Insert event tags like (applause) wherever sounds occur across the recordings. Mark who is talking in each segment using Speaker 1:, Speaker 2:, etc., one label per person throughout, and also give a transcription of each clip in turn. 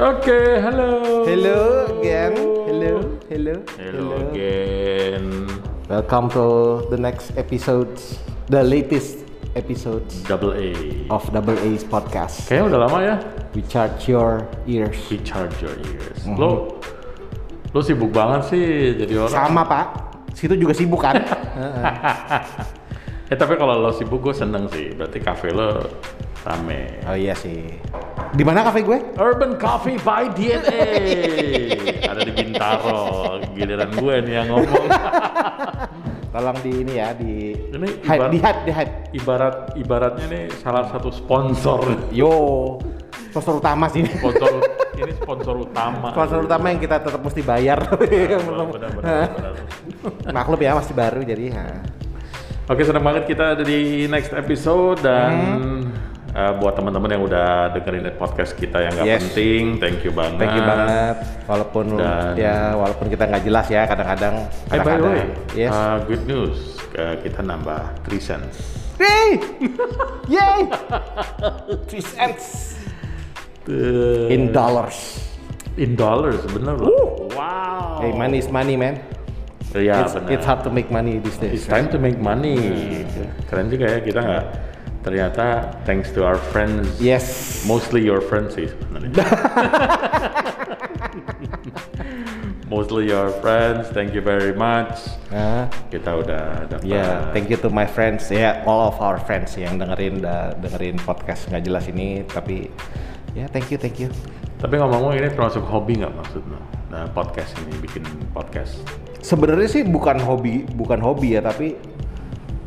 Speaker 1: Oke, halo.
Speaker 2: Hello again. Hello. Hello.
Speaker 1: Hello again.
Speaker 2: Welcome to the next episode, the latest episode
Speaker 1: Double A.
Speaker 2: of Double A's podcast.
Speaker 1: Kayaknya udah lama ya.
Speaker 2: We charge your ears.
Speaker 1: We charge your ears.
Speaker 2: Mhm.
Speaker 1: Lo, lo sibuk banget sih jadi orang.
Speaker 2: Sama Pak. Situ juga sibuk kan? Heeh.
Speaker 1: Eh tapi kalau lo sibuk gue seneng sih. Berarti kafe lo rame.
Speaker 2: (laughs) oh iya sih. Di mana kafe gue?
Speaker 1: Urban Coffee by
Speaker 2: (laughs)
Speaker 1: DNA. Ada di Bintaro. Giliran gue nih yang ngomong.
Speaker 2: Tolong di ini ya di
Speaker 1: Ini ibar-
Speaker 2: hype, di hype, di hype.
Speaker 1: Ibarat ibaratnya nih salah satu
Speaker 2: (laughs)
Speaker 1: sponsor.
Speaker 2: Yo, sponsor utama sih.
Speaker 1: Sponsor ini sponsor utama.
Speaker 2: Sponsor utama yang kita tetap mesti bayar.
Speaker 1: Benar-benar. benar.
Speaker 2: (laughs) Maklum ya masih baru jadi. ha.
Speaker 1: Oke, senang banget kita ada di next episode dan
Speaker 2: Hmm.
Speaker 1: eh, buat teman-teman yang udah dengerin podcast kita yang nggak
Speaker 2: Yes.
Speaker 1: penting, thank you banget.
Speaker 2: Thank you banget. Walaupun
Speaker 1: Nah. Dan-
Speaker 2: ya walaupun kita nggak jelas ya kadang-kadang. ya.
Speaker 1: Eh, by the
Speaker 2: kadang-kadang.
Speaker 1: way,
Speaker 2: Yes.
Speaker 1: eh, good news, Eh, kita nambah three cents.
Speaker 2: Yay! Yay! Three cents in dollars.
Speaker 1: in dollars, bener loh. Wow.
Speaker 2: Hey, money is money, man.
Speaker 1: Iya,
Speaker 2: it's,
Speaker 1: Oh. benar.
Speaker 2: it's hard to make money these days.
Speaker 1: It's time to make money. Keren juga ya kita nggak. Ternyata thanks to our friends,
Speaker 2: Yes.
Speaker 1: mostly your friends sih
Speaker 2: (laughs)
Speaker 1: sebenarnya. mostly your friends. Thank you very much.
Speaker 2: Nah,
Speaker 1: Kita udah dapat.
Speaker 2: ya, thank you to my friends, ya all of our friends yang dengerin da- dengerin podcast nggak jelas ini, tapi ya thank you, thank you.
Speaker 1: Tapi ngomong-ngomong ini termasuk hobi nggak maksudnya? Nah, podcast ini bikin podcast.
Speaker 2: Sebenarnya sih bukan hobi, bukan hobi ya, tapi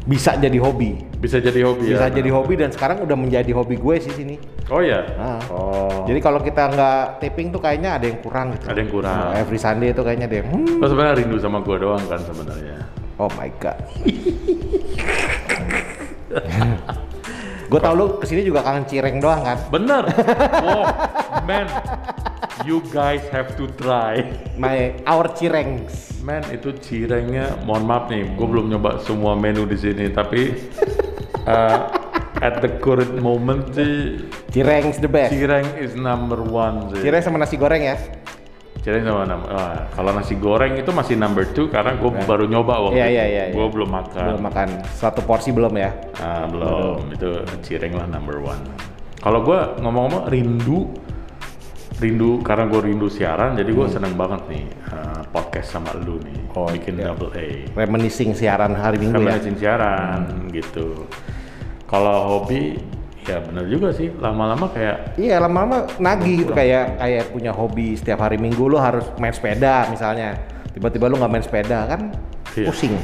Speaker 2: bisa jadi hobi.
Speaker 1: Bisa jadi hobi
Speaker 2: bisa
Speaker 1: ya.
Speaker 2: jadi hobi dan sekarang udah menjadi hobi gue sih sini.
Speaker 1: Oh ya.
Speaker 2: Ah.
Speaker 1: Oh.
Speaker 2: Jadi kalau kita nggak taping tuh kayaknya ada yang kurang gitu.
Speaker 1: Ada yang kurang.
Speaker 2: Nah, every Sunday itu kayaknya ada yang hmm,
Speaker 1: Lo sebenarnya rindu sama gua doang kan sebenarnya.
Speaker 2: oh my
Speaker 1: (laughs)
Speaker 2: god. gue tau lu kesini juga kangen cireng doang kan?
Speaker 1: Bener.
Speaker 2: (laughs)
Speaker 1: Oh, man. You guys have to try.
Speaker 2: My our cireng.
Speaker 1: Man, itu cirengnya, mohon maaf nih, gue belum nyoba semua menu di sini, tapi (laughs) uh, at the current moment sih,
Speaker 2: Cireng's the best.
Speaker 1: cireng is number one sih.
Speaker 2: Cireng sama nasi goreng ya?
Speaker 1: Cireng sama number, wah, kalau nasi goreng itu masih number two karena gue baru nyoba waktu
Speaker 2: Iya,
Speaker 1: itu.
Speaker 2: iya, iya, iya.
Speaker 1: Gue belum makan.
Speaker 2: Belum makan satu porsi belum ya?
Speaker 1: Ah, belum, itu cireng lah number one. Kalau gue ngomong-ngomong rindu, rindu karena gue rindu siaran, jadi gue seneng banget nih uh, podcast sama lu nih,
Speaker 2: Hmm. Oh,
Speaker 1: bikin
Speaker 2: iya.
Speaker 1: double A.
Speaker 2: Reminiscing siaran hari Minggu
Speaker 1: Sambil
Speaker 2: ya.
Speaker 1: izin siaran gitu. Kalau hobi ya bener juga sih lama-lama kayak
Speaker 2: Iya lama-lama nagih gitu kayak kayak punya hobi setiap hari Minggu lu harus main sepeda misalnya. Tiba-tiba lu nggak main sepeda kan
Speaker 1: Iya.
Speaker 2: pusing.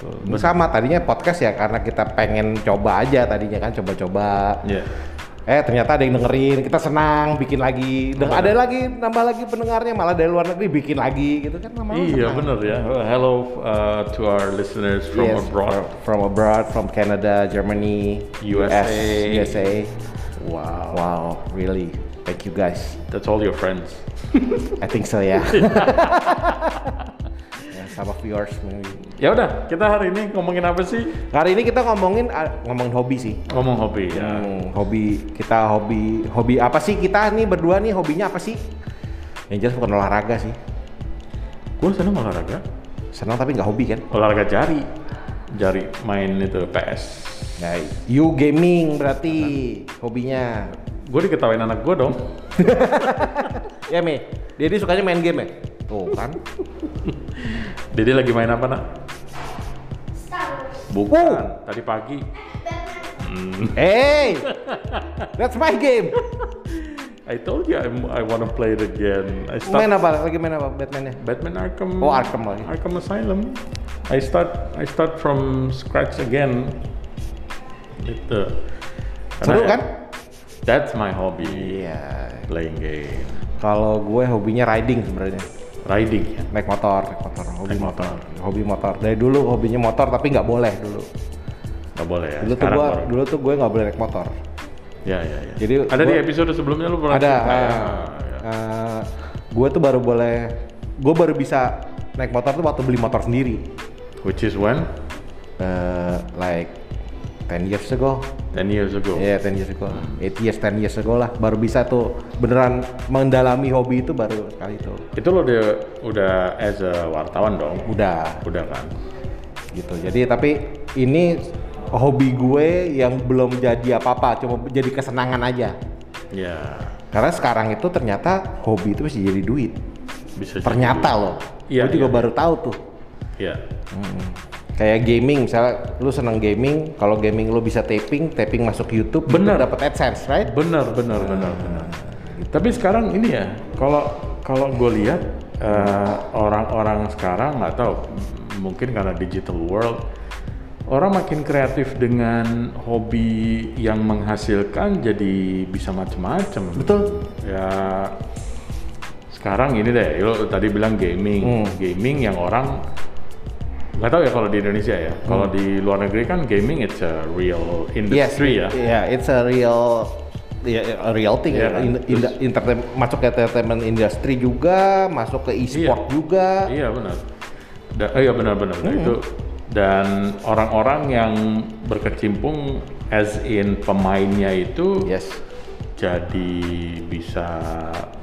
Speaker 2: Ini sama tadinya podcast ya karena kita pengen coba aja tadinya kan coba-coba.
Speaker 1: ya
Speaker 2: Eh ternyata ada yang dengerin, kita senang bikin lagi. Dan ada lagi nambah lagi pendengarnya malah dari luar negeri bikin lagi gitu kan lama-lama.
Speaker 1: iya
Speaker 2: senang.
Speaker 1: bener ya hello uh, to our listeners from
Speaker 2: Yes,
Speaker 1: abroad
Speaker 2: fro- From abroad, from Canada, Germany,
Speaker 1: USA.
Speaker 2: US, USA.
Speaker 1: wow
Speaker 2: Wow, really. Thank you guys.
Speaker 1: that's all your friends
Speaker 2: I think so (laughs) ya. Ya, Sama viewers maybe.
Speaker 1: ya udah kita hari ini ngomongin apa sih
Speaker 2: Hari ini kita ngomongin ah, ngomongin hobi sih.
Speaker 1: ngomong hobi ya
Speaker 2: Hmm, hobi kita hobi hobi apa sih kita nih berdua nih hobinya apa sih? Yang jelas bukan olahraga sih.
Speaker 1: gue seneng olahraga
Speaker 2: Senang tapi nggak hobi kan?
Speaker 1: olahraga jari jari main itu PS
Speaker 2: Nah, you gaming berarti hobinya.
Speaker 1: gue diketawain anak gue dong
Speaker 2: Ya Mi, Dedi sukanya main game ya? Tuh (laughs) kan.
Speaker 1: Dede lagi main apa nak bukan tadi pagi
Speaker 2: hey, that's my game.
Speaker 1: I told you I'm, I want to play it again. I start
Speaker 2: Main apa? Lagi main apa Batman-nya?
Speaker 1: Batman Arkham.
Speaker 2: Oh, Arkham lagi.
Speaker 1: Arkham Asylum. I start I start from scratch again. Itu.
Speaker 2: Seru
Speaker 1: Karena-
Speaker 2: kan?
Speaker 1: That's my hobby.
Speaker 2: Iya.
Speaker 1: Playing game,
Speaker 2: Kalau gue hobinya riding sebenarnya.
Speaker 1: riding. ya?
Speaker 2: Naik motor, naik motor, hobi
Speaker 1: Naik
Speaker 2: motor.
Speaker 1: motor.
Speaker 2: Hobi motor. Dari dulu hobinya motor tapi nggak boleh dulu.
Speaker 1: Gak boleh ya.
Speaker 2: Dulu tuh
Speaker 1: Sekarang
Speaker 2: gue
Speaker 1: baru.
Speaker 2: dulu tuh gue nggak boleh naik motor.
Speaker 1: Ya ya ya.
Speaker 2: Jadi
Speaker 1: ada di
Speaker 2: gua-
Speaker 1: episode sebelumnya lu pernah
Speaker 2: Ada.
Speaker 1: cerita ya.
Speaker 2: eh, eh, gue tuh baru boleh gue baru bisa naik motor tuh waktu beli motor sendiri.
Speaker 1: Which is when?
Speaker 2: Eh, like 10 years ago
Speaker 1: 10 years ago.
Speaker 2: ya 10 years ago 8 years 10 years ago lah baru bisa tuh beneran mendalami hobi itu baru kali itu
Speaker 1: Itu lo udah, udah as a wartawan dong?
Speaker 2: udah
Speaker 1: Udah kan?
Speaker 2: gitu jadi tapi ini hobi gue yang belum jadi apa-apa cuma jadi kesenangan aja
Speaker 1: Ya,
Speaker 2: karena sekarang itu ternyata hobi itu bisa jadi duit
Speaker 1: bisa jadi.
Speaker 2: ternyata loh
Speaker 1: Iya,
Speaker 2: gue
Speaker 1: iya.
Speaker 2: juga baru tahu tuh
Speaker 1: Ya,
Speaker 2: kayak gaming misalnya lu seneng gaming kalau gaming lu bisa taping taping masuk YouTube
Speaker 1: Bener.
Speaker 2: dapat adsense right
Speaker 1: benar, benar, benar, benar. Tapi sekarang ini ya, kalau kalau gue lihat eh, orang-orang sekarang nggak tahu, m- mungkin karena digital world, orang makin kreatif dengan hobi yang menghasilkan jadi bisa macam-macam.
Speaker 2: betul
Speaker 1: ya sekarang ini deh lo tadi bilang gaming
Speaker 2: Hmm.
Speaker 1: gaming yang orang nggak tahu ya kalau di Indonesia ya kalau
Speaker 2: Hmm.
Speaker 1: di luar negeri kan gaming it's a real industry ya
Speaker 2: yeah, Iya, it's a real ya, a real thing
Speaker 1: Iya kan?
Speaker 2: In, in-
Speaker 1: Terus-
Speaker 2: entertain- masuk ke entertainment industry juga masuk ke e-sport
Speaker 1: Iya.
Speaker 2: juga
Speaker 1: iya benar Da- eh, iya benar benar benar. itu
Speaker 2: iya.
Speaker 1: dan orang-orang yang berkecimpung as in pemainnya itu
Speaker 2: yes
Speaker 1: jadi bisa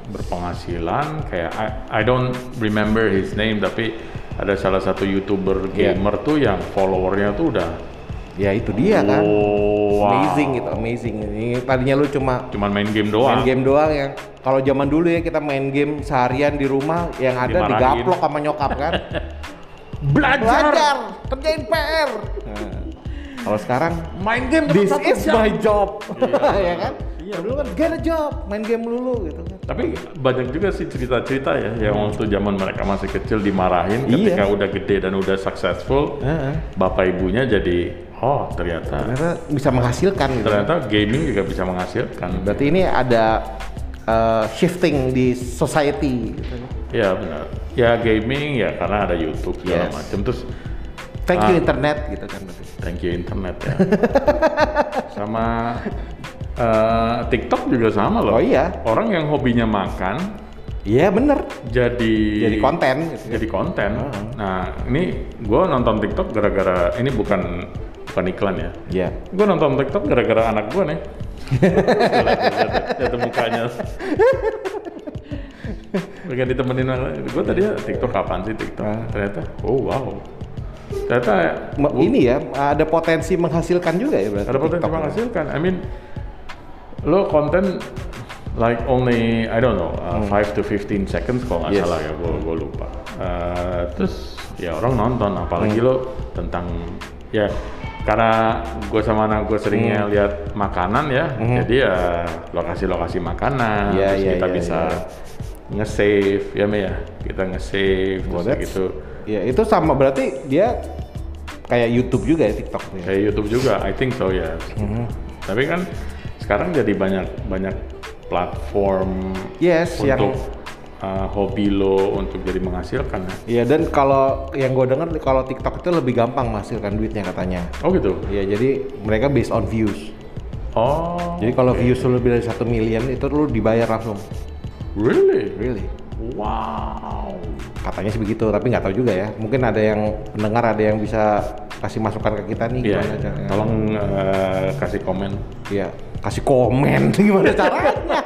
Speaker 1: berpenghasilan kayak I, I don't remember his name tapi ada salah satu youtuber
Speaker 2: Iya.
Speaker 1: gamer tuh yang followernya tuh udah
Speaker 2: ya itu dia kan
Speaker 1: wow,
Speaker 2: amazing itu amazing ini tadinya lu cuma
Speaker 1: cuman main game doang
Speaker 2: main game doang yang kalau zaman dulu ya kita main game seharian di rumah yang ada
Speaker 1: Dimarahin.
Speaker 2: digaplok sama nyokap
Speaker 1: (laughs)
Speaker 2: kan
Speaker 1: belajar,
Speaker 2: kerjain PR
Speaker 1: Nah.
Speaker 2: kalau sekarang
Speaker 1: main game
Speaker 2: this
Speaker 1: tetap
Speaker 2: is
Speaker 1: kerja.
Speaker 2: my job (laughs) ya kan
Speaker 1: Iya,
Speaker 2: Kalau dulu kan get a job main game dulu gitu kan
Speaker 1: tapi banyak juga sih cerita-cerita ya yang waktu zaman mereka masih kecil dimarahin
Speaker 2: Hmm. Iya.
Speaker 1: ketika udah gede dan udah successful
Speaker 2: Heeh.
Speaker 1: bapak ibunya jadi oh ternyata
Speaker 2: ternyata bisa menghasilkan gitu
Speaker 1: ternyata gaming juga bisa menghasilkan
Speaker 2: berarti ini ada uh, shifting di society gitu.
Speaker 1: Ya benar. Ya gaming ya karena ada YouTube segala
Speaker 2: Yes.
Speaker 1: macam terus
Speaker 2: thank you
Speaker 1: Ah.
Speaker 2: internet gitu kan berarti.
Speaker 1: thank you internet
Speaker 2: (laughs)
Speaker 1: ya. sama eh, TikTok juga sama loh.
Speaker 2: Oh, iya.
Speaker 1: Orang yang hobinya makan
Speaker 2: iya bener
Speaker 1: jadi
Speaker 2: jadi konten gitu kan.
Speaker 1: Jadi konten. Nah ini gue nonton TikTok gara-gara ini bukan bukan iklan ya.
Speaker 2: iya
Speaker 1: Gue nonton TikTok gara-gara anak gue nih. Lihat, lihat, lihat mukanya. Pengen ditemenin gue tadi ya, TikTok kapan sih TikTok?
Speaker 2: Ah.
Speaker 1: Ternyata, oh wow. Ternyata
Speaker 2: Ma-
Speaker 1: gua-
Speaker 2: ini ya ada potensi menghasilkan juga ya berarti
Speaker 1: ada potensi
Speaker 2: TikTok.
Speaker 1: menghasilkan. I mean, lo konten like only I don't know uh, 5 to 15 seconds kalau nggak
Speaker 2: Hmm. Yes.
Speaker 1: salah ya, gue lupa. Uh, terus ya orang nonton, apalagi
Speaker 2: Hmm.
Speaker 1: lo tentang ya karena gue sama anak gue
Speaker 2: Hmm.
Speaker 1: seringnya lihat makanan ya, jadi ya lokasi-lokasi makanan,
Speaker 2: Iya,
Speaker 1: terus
Speaker 2: iya,
Speaker 1: kita
Speaker 2: iya,
Speaker 1: bisa
Speaker 2: iya.
Speaker 1: nge-save ya Mi, ya kita nge-save terus
Speaker 2: Well, that's-
Speaker 1: gitu
Speaker 2: ya itu sama berarti dia kayak YouTube juga ya TikTok tuh ya.
Speaker 1: kayak YouTube juga I think so ya
Speaker 2: Mm-hmm.
Speaker 1: tapi kan sekarang jadi banyak banyak platform
Speaker 2: Yes, yang
Speaker 1: untuk uh, hobi lo untuk jadi menghasilkan ya
Speaker 2: Iya dan kalau yang gue dengar kalau TikTok itu lebih gampang menghasilkan duitnya katanya.
Speaker 1: oh gitu
Speaker 2: Iya jadi mereka based on views.
Speaker 1: oh
Speaker 2: Jadi kalau views lu lebih dari satu million itu lu dibayar langsung.
Speaker 1: really
Speaker 2: Really?
Speaker 1: wow
Speaker 2: Katanya sih begitu tapi nggak tahu juga ya. Mungkin ada yang pendengar ada yang bisa kasih masukan ke kita nih
Speaker 1: Iya,
Speaker 2: gimana ya? caranya.
Speaker 1: tolong uh, kasih komen.
Speaker 2: Iya kasih komen (laughs) gimana caranya.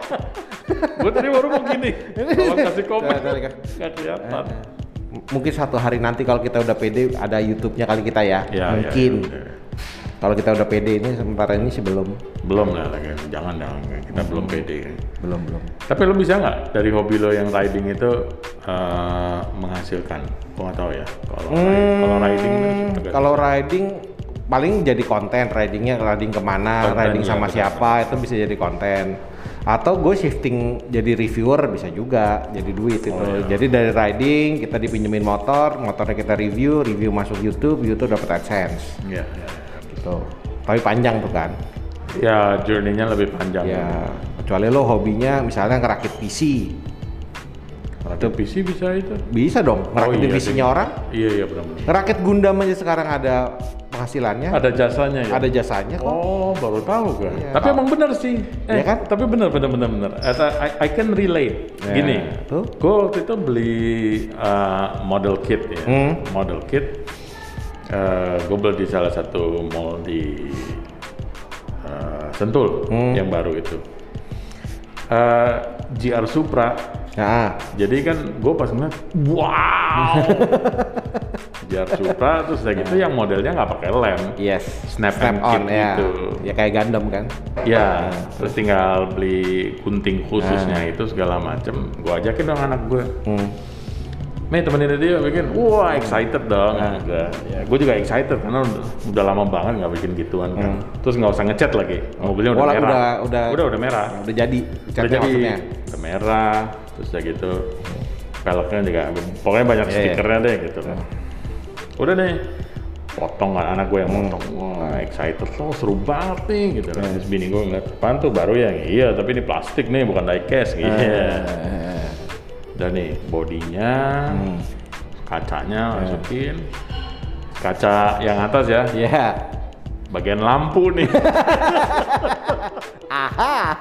Speaker 1: Gue tadi baru mau
Speaker 2: (laughs)
Speaker 1: gini, tolong kasih komen.
Speaker 2: Coba, coba. Eh,
Speaker 1: Gak kelihatan.
Speaker 2: M- Mungkin satu hari nanti kalau kita udah pede ada YouTube-nya kali kita
Speaker 1: Iya,
Speaker 2: ya.
Speaker 1: iya,
Speaker 2: Mungkin.
Speaker 1: iya.
Speaker 2: Kalau kita udah pede ini sementara ini sih belum.
Speaker 1: Belum lah, lagi. jangan dong, kita belum pede.
Speaker 2: Belum, belum.
Speaker 1: Tapi lo bisa nggak dari hobi lo yang riding itu eh, menghasilkan? Gue nggak tahu ya. Kalau ri- kalau riding itu
Speaker 2: Hmm,
Speaker 1: agak-
Speaker 2: kalau riding paling jadi konten ridingnya riding kemana
Speaker 1: Konten,
Speaker 2: riding
Speaker 1: ya,
Speaker 2: sama
Speaker 1: benar.
Speaker 2: siapa itu bisa jadi konten atau gue shifting jadi reviewer bisa juga jadi duit itu
Speaker 1: Oh, iya.
Speaker 2: jadi dari riding kita dipinjemin motor motornya kita review review masuk YouTube YouTube dapat adsense
Speaker 1: ya, ya.
Speaker 2: gitu tapi panjang tuh kan
Speaker 1: ya journey-nya lebih panjang.
Speaker 2: ya kecuali lo hobinya misalnya ngerakit PC
Speaker 1: Ada PC bisa itu.
Speaker 2: bisa dong ngerakit
Speaker 1: Oh, iya,
Speaker 2: PC-nya
Speaker 1: sih.
Speaker 2: orang
Speaker 1: Iya iya benar-benar.
Speaker 2: ngerakit Gundam aja sekarang ada penghasilannya
Speaker 1: Ada jasanya ya.
Speaker 2: ada jasanya kok
Speaker 1: Oh baru tahu gue.
Speaker 2: Iya.
Speaker 1: Tapi
Speaker 2: Tahu.
Speaker 1: emang benar sih. Eh,
Speaker 2: Iya kan?
Speaker 1: Tapi benar benar benar benar. At- I, I can relate.
Speaker 2: Ya,
Speaker 1: Gini.
Speaker 2: tuh.
Speaker 1: Gue waktu itu beli eh, model kit ya.
Speaker 2: Hmm.
Speaker 1: Model kit. Eh gue beli di salah satu mall di Sentul
Speaker 2: Hmm.
Speaker 1: yang baru itu. Eh, GR Supra.
Speaker 2: Nah,
Speaker 1: Jadi kan gue pas ngeliat, wow.
Speaker 2: (laughs)
Speaker 1: GR Supra terus udah gitu yang modelnya nggak pakai lem.
Speaker 2: yes.
Speaker 1: Snap and
Speaker 2: on
Speaker 1: kit
Speaker 2: ya.
Speaker 1: gitu.
Speaker 2: Ya kayak Gundam kan.
Speaker 1: Ya, terus tinggal beli gunting khususnya
Speaker 2: Nah.
Speaker 1: itu segala macem. Gue ajakin dong anak gue.
Speaker 2: Hmm.
Speaker 1: Mei temenin dia bikin, wah excited dong. Nah. Ya, gue juga excited karena udah, udah lama banget nggak bikin gituan kan. Terus nggak usah ngecat lagi, mobilnya udah
Speaker 2: Wala-
Speaker 1: merah.
Speaker 2: Hmm. Oh, udah- udah-
Speaker 1: udah, udah merah.
Speaker 2: Udah jadi
Speaker 1: Udah
Speaker 2: catnya
Speaker 1: jadi,
Speaker 2: maksudnya.
Speaker 1: udah merah, terus udah gitu peleknya juga, pokoknya banyak
Speaker 2: Iya, iya.
Speaker 1: stikernya deh gitu. Udah deh, potong kan anak gue yang
Speaker 2: Hmm.
Speaker 1: potong, wah excited loh, seru banget nih gitu.
Speaker 2: Iya.
Speaker 1: kan. Terus bini gue ngeliat, apaan tuh baru ya? Iya, tapi ini plastik nih, bukan
Speaker 2: Ah.
Speaker 1: diecast gitu.
Speaker 2: Eh,
Speaker 1: Dan nih bodinya,
Speaker 2: Hmm. Ya.
Speaker 1: kacanya masukin, kaca yang atas ya,
Speaker 2: Iya.
Speaker 1: bagian lampu nih,
Speaker 2: (laughs) Aha.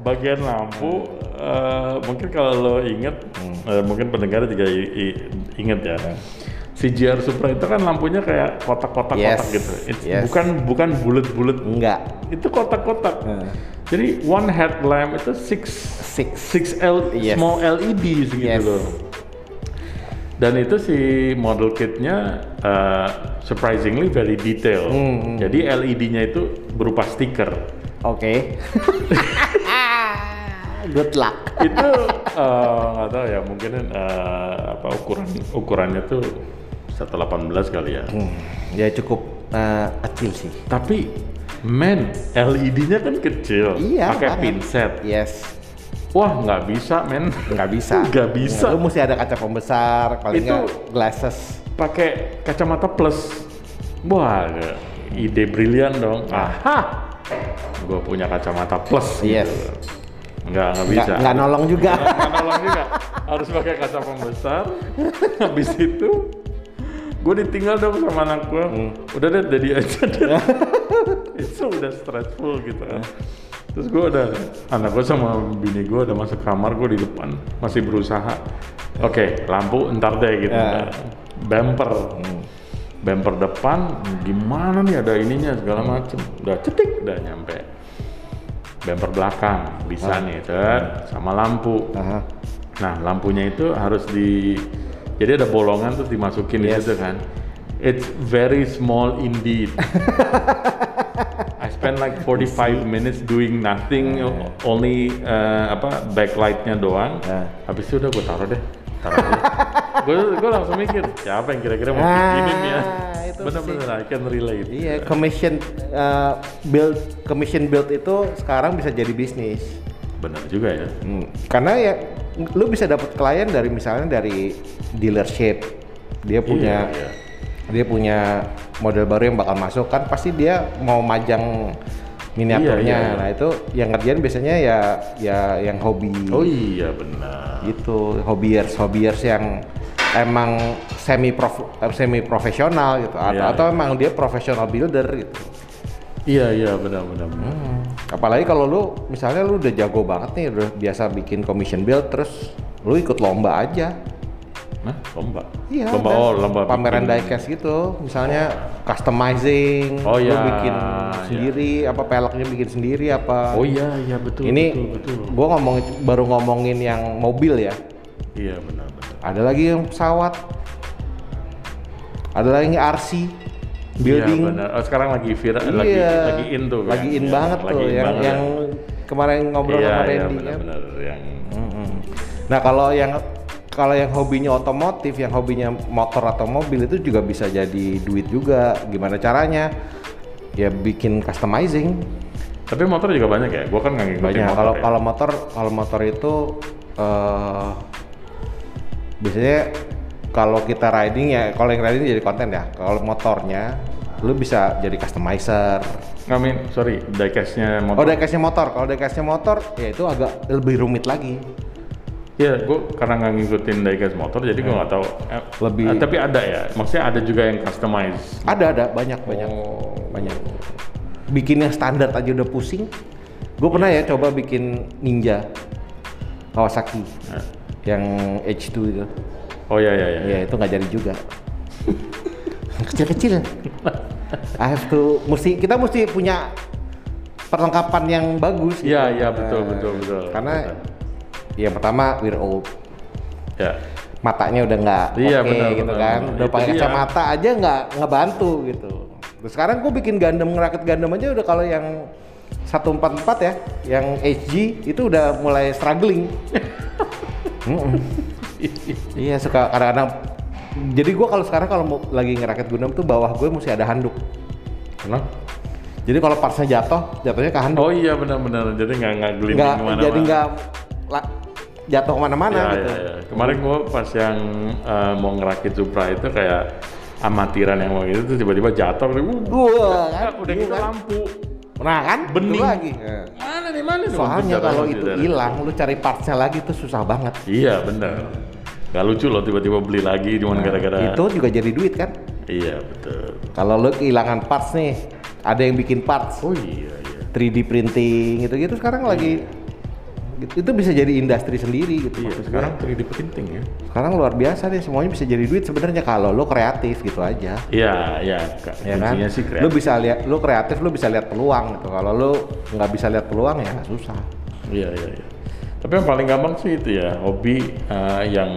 Speaker 1: bagian lampu. eh, mungkin kalau lo inget,
Speaker 2: Hmm.
Speaker 1: eh, mungkin pendengar juga i- i- inget ya. Si GR Supra itu kan lampunya kayak kotak-kotak-kotak
Speaker 2: Yes,
Speaker 1: gitu. It's-
Speaker 2: yes.
Speaker 1: Bukan bukan bulat-bulat.
Speaker 2: Enggak.
Speaker 1: Itu kotak-kotak.
Speaker 2: Hmm.
Speaker 1: Jadi one headlamp itu six
Speaker 2: Six.
Speaker 1: 6L
Speaker 2: Yes.
Speaker 1: small LED segitu
Speaker 2: Yes.
Speaker 1: gitu loh. Dan itu si model kitnya uh, surprisingly very detail.
Speaker 2: Hmm, hmm.
Speaker 1: Jadi LED-nya itu berupa stiker. (laughs)
Speaker 2: Oke. Good luck. (laughs)
Speaker 1: itu uh, nggak tahu ya mungkin uh, apa ukuran ukurannya tuh 118 kali ya.
Speaker 2: Ya cukup eh, kecil sih.
Speaker 1: Tapi men LED-nya kan kecil,
Speaker 2: Iya,
Speaker 1: pakai
Speaker 2: banget.
Speaker 1: pinset.
Speaker 2: Yes.
Speaker 1: Wah nggak bisa men, (laughs)
Speaker 2: Nggak bisa.
Speaker 1: nggak bisa.
Speaker 2: Iya, Lu mesti ada kaca pembesar, paling
Speaker 1: Itu-
Speaker 2: nggak glasses.
Speaker 1: pakai kacamata plus. Wah, ide brilian dong. Aha, gue punya kacamata plus. gitu.
Speaker 2: Yes.
Speaker 1: Nggak, nggak bisa.
Speaker 2: Nggak, nggak nolong juga.
Speaker 1: Nggak nolong juga. Harus pakai kaca pembesar. (laughs) Habis itu, gue ditinggal dong sama anak gue. Udah deh, jadi aja deh. (laughs) itu udah stressful gitu kan. Terus gue udah, anak gue sama bini gue udah masuk kamar, gue di depan masih berusaha. Oke, lampu ntar deh gitu.
Speaker 2: Ya.
Speaker 1: Bumper, bumper depan gimana nih ada ininya segala macem. Udah cetik, udah nyampe. Bumper belakang bisa nih, set, sama lampu.
Speaker 2: Aha.
Speaker 1: Nah, lampunya itu harus di jadi ada bolongan terus dimasukin di
Speaker 2: Yes.
Speaker 1: situ kan. It's very small
Speaker 2: (laughs)
Speaker 1: indeed. I spent like 45 minutes doing nothing, only uh, apa backlightnya doang.
Speaker 2: Yeah.
Speaker 1: Habis itu udah gue taruh deh. Taruh
Speaker 2: (laughs)
Speaker 1: deh. gue gue langsung mikir siapa yang kira-kira mau
Speaker 2: Ah,
Speaker 1: bikinin ya.
Speaker 2: itu
Speaker 1: Bener-bener I can relate.
Speaker 2: Iya, commission eh, build, commission build itu sekarang bisa jadi bisnis.
Speaker 1: Bener juga ya.
Speaker 2: Karena ya lu bisa dapat klien dari misalnya dari dealership. Dia punya
Speaker 1: Iya, iya.
Speaker 2: dia punya model baru yang bakal masuk kan pasti dia mau majang miniaturnya.
Speaker 1: Iya, iya, iya.
Speaker 2: Nah, itu yang ngerjain biasanya ya ya yang hobi.
Speaker 1: Oh iya benar.
Speaker 2: gitu hobiers hobiers yang emang semi prof semi profesional gitu atau
Speaker 1: Iya,
Speaker 2: atau
Speaker 1: iya.
Speaker 2: emang dia profesional builder gitu
Speaker 1: Iya iya benar-benar.
Speaker 2: Hmm. apalagi kalau lu misalnya lu udah jago banget nih udah biasa bikin commission build terus lu ikut lomba aja
Speaker 1: Nah, lomba.
Speaker 2: iya
Speaker 1: lomba
Speaker 2: ada
Speaker 1: oh lomba
Speaker 2: pameran
Speaker 1: bikin-
Speaker 2: diecast gitu misalnya customizing
Speaker 1: Oh,
Speaker 2: lu
Speaker 1: iya,
Speaker 2: bikin
Speaker 1: iya.
Speaker 2: sendiri apa peleknya bikin sendiri apa
Speaker 1: Oh iya, iya betul.
Speaker 2: ini
Speaker 1: betul, betul.
Speaker 2: gua ngomong baru ngomongin yang mobil ya
Speaker 1: Iya benar-benar.
Speaker 2: ada lagi yang pesawat ada lagi yang RC building
Speaker 1: Iya, benar. Oh, sekarang lagi viral, lagi
Speaker 2: Iya.
Speaker 1: lagi in tuh. kan?
Speaker 2: lagi in
Speaker 1: Iya,
Speaker 2: banget
Speaker 1: lagi
Speaker 2: tuh
Speaker 1: in
Speaker 2: yang
Speaker 1: banget
Speaker 2: yang
Speaker 1: ya.
Speaker 2: kemarin ngobrol
Speaker 1: iya,
Speaker 2: sama
Speaker 1: iya,
Speaker 2: Randy kan
Speaker 1: benar-benar yang
Speaker 2: nah kalau yang kalau yang hobinya otomotif yang hobinya motor atau mobil itu juga bisa jadi duit juga gimana caranya ya bikin customizing
Speaker 1: tapi motor juga banyak ya. Gua kan nggak ngikutin
Speaker 2: banyak
Speaker 1: motor
Speaker 2: kalau
Speaker 1: ya.
Speaker 2: kalau motor kalau motor itu eh biasanya kalau kita riding ya kalau yang riding jadi konten ya kalau motornya lu bisa jadi customizer
Speaker 1: nggak min, sorry, diecastnya
Speaker 2: oh
Speaker 1: motor.
Speaker 2: diecastnya motor kalau diecastnya motor ya itu agak lebih rumit lagi
Speaker 1: Iya, gua karena nggak ngikutin diecast motor, jadi gua nggak tahu. Eh,
Speaker 2: Hmm. Lebih-
Speaker 1: eh, tapi ada ya. Maksudnya ada juga yang customize.
Speaker 2: ada ada banyak banyak
Speaker 1: Oh.
Speaker 2: banyak bikin yang standar aja udah pusing gue pernah ya coba bikin ninja Kawasaki
Speaker 1: Eh,
Speaker 2: yang H2 itu
Speaker 1: Oh iya iya iya.
Speaker 2: Ya itu nggak jadi juga. (laughs) Kecil-kecil. I have to mesti kita mesti punya perlengkapan yang bagus. gitu.
Speaker 1: Iya, iya, betul,
Speaker 2: Nah,
Speaker 1: betul, betul.
Speaker 2: Karena
Speaker 1: Betul.
Speaker 2: ya pertama we're old.
Speaker 1: ya.
Speaker 2: matanya udah nggak
Speaker 1: Iya,
Speaker 2: oke
Speaker 1: benar,
Speaker 2: gitu
Speaker 1: benar,
Speaker 2: kan
Speaker 1: benar.
Speaker 2: udah
Speaker 1: Itu
Speaker 2: pakai
Speaker 1: dia.
Speaker 2: kacamata aja nggak ngebantu gitu terus sekarang gue bikin gandem ngerakit gandem aja udah kalau yang 144 ya yang HG itu udah mulai
Speaker 1: (laughs)
Speaker 2: struggling Mm-mm. iya suka kadang-kadang jadi gue kalau sekarang kalau mau lagi ngerakit gandem tuh bawah gue mesti ada handuk
Speaker 1: Kenapa?
Speaker 2: jadi kalau partsnya jatuh jatuhnya ke handuk
Speaker 1: Oh iya benar-benar jadi nggak nggak gelimbing
Speaker 2: nggak
Speaker 1: kemana-mana.
Speaker 2: jadi nggak la- jatuh kemana-mana
Speaker 1: ya,
Speaker 2: gitu
Speaker 1: ya, ya. Kemarin gua pas yang eh, mau ngerakit Supra itu kayak amatiran yang mau gitu terus tiba-tiba jatuh. Wuh,
Speaker 2: Wah, kan?
Speaker 1: udah
Speaker 2: Iya
Speaker 1: gitu
Speaker 2: kan?
Speaker 1: lampu.
Speaker 2: Nah kan,
Speaker 1: Bening.
Speaker 2: Itu lagi.
Speaker 1: Mana nih mana? nih?
Speaker 2: Soalnya
Speaker 1: Jatuh,
Speaker 2: kalau
Speaker 1: jatuh,
Speaker 2: itu
Speaker 1: jatuh.
Speaker 2: hilang, lu cari partnya lagi tuh susah banget.
Speaker 1: Iya benar. Gak lucu loh tiba-tiba beli lagi cuman gara-gara.
Speaker 2: Nah, Itu juga jadi duit kan.
Speaker 1: Iya betul.
Speaker 2: Kalau lu kehilangan parts nih, ada yang bikin parts,
Speaker 1: Oh iya iya.
Speaker 2: 3D printing gitu-gitu sekarang lagi gitu. itu bisa jadi industri sendiri gitu.
Speaker 1: Iya
Speaker 2: maksud
Speaker 1: sekarang
Speaker 2: gue.
Speaker 1: 3D printing ya.
Speaker 2: sekarang luar biasa deh semuanya bisa jadi duit sebenarnya kalau lu kreatif gitu aja.
Speaker 1: Iya iya. Kak.
Speaker 2: Ya kan?
Speaker 1: Kuncinya sih
Speaker 2: Lu
Speaker 1: kreatif.
Speaker 2: bisa lihat lu kreatif, lu bisa lihat peluang gitu. Kalau lu nggak bisa lihat peluang ya susah.
Speaker 1: Iya iya. iya. Tapi yang paling gampang sih itu ya hobi eh, yang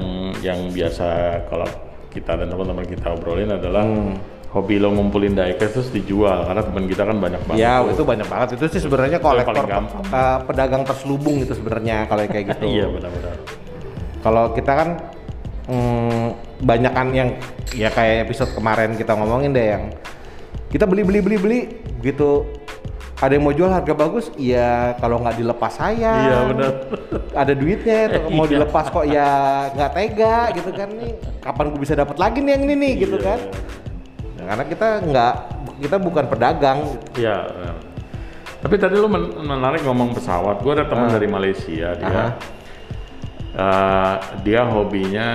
Speaker 1: yang biasa kalau kita dan teman-teman kita obrolin adalah
Speaker 2: Hmm.
Speaker 1: hobi lo ngumpulin diecast terus dijual karena teman kita kan banyak banget.
Speaker 2: Ya,
Speaker 1: tuh.
Speaker 2: itu banyak banget. Itu sih sebenarnya
Speaker 1: paling
Speaker 2: kolektor
Speaker 1: gampang.
Speaker 2: eh, pedagang terselubung itu sebenarnya kalau yang kayak gitu.
Speaker 1: Iya benar-benar.
Speaker 2: Kalau kita kan mm, banyakan yang ya kayak episode kemarin kita ngomongin deh yang kita beli beli beli beli gitu. Ada yang mau jual harga bagus? Iya, kalau nggak dilepas saya.
Speaker 1: Iya benar.
Speaker 2: Ada
Speaker 1: (laughs)
Speaker 2: duitnya, tuh, mau
Speaker 1: Iya.
Speaker 2: dilepas kok ya nggak tega gitu kan nih. Kapan gue bisa dapat lagi nih yang ini nih gitu
Speaker 1: Iya.
Speaker 2: kan? Nah, karena kita nggak kita bukan pedagang.
Speaker 1: Iya. benar. Tapi tadi lo men- menarik ngomong pesawat. Gue ada teman dari Malaysia dia.
Speaker 2: Ah. Aha.
Speaker 1: eh, dia hobinya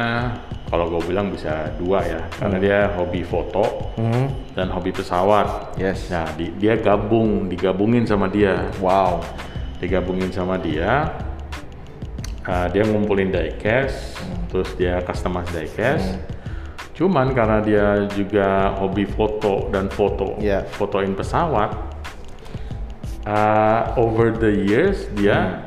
Speaker 1: kalau gue bilang bisa dua ya karena dia hobi foto
Speaker 2: Hmm.
Speaker 1: dan hobi pesawat.
Speaker 2: Yes.
Speaker 1: Nah, di- dia gabung, digabungin sama dia,
Speaker 2: Wow.
Speaker 1: digabungin sama dia. Ah, dia ngumpulin diecast, terus dia customize diecast. Cuman karena dia juga hobi foto dan foto,
Speaker 2: Iya.
Speaker 1: fotoin pesawat. ah, over the years dia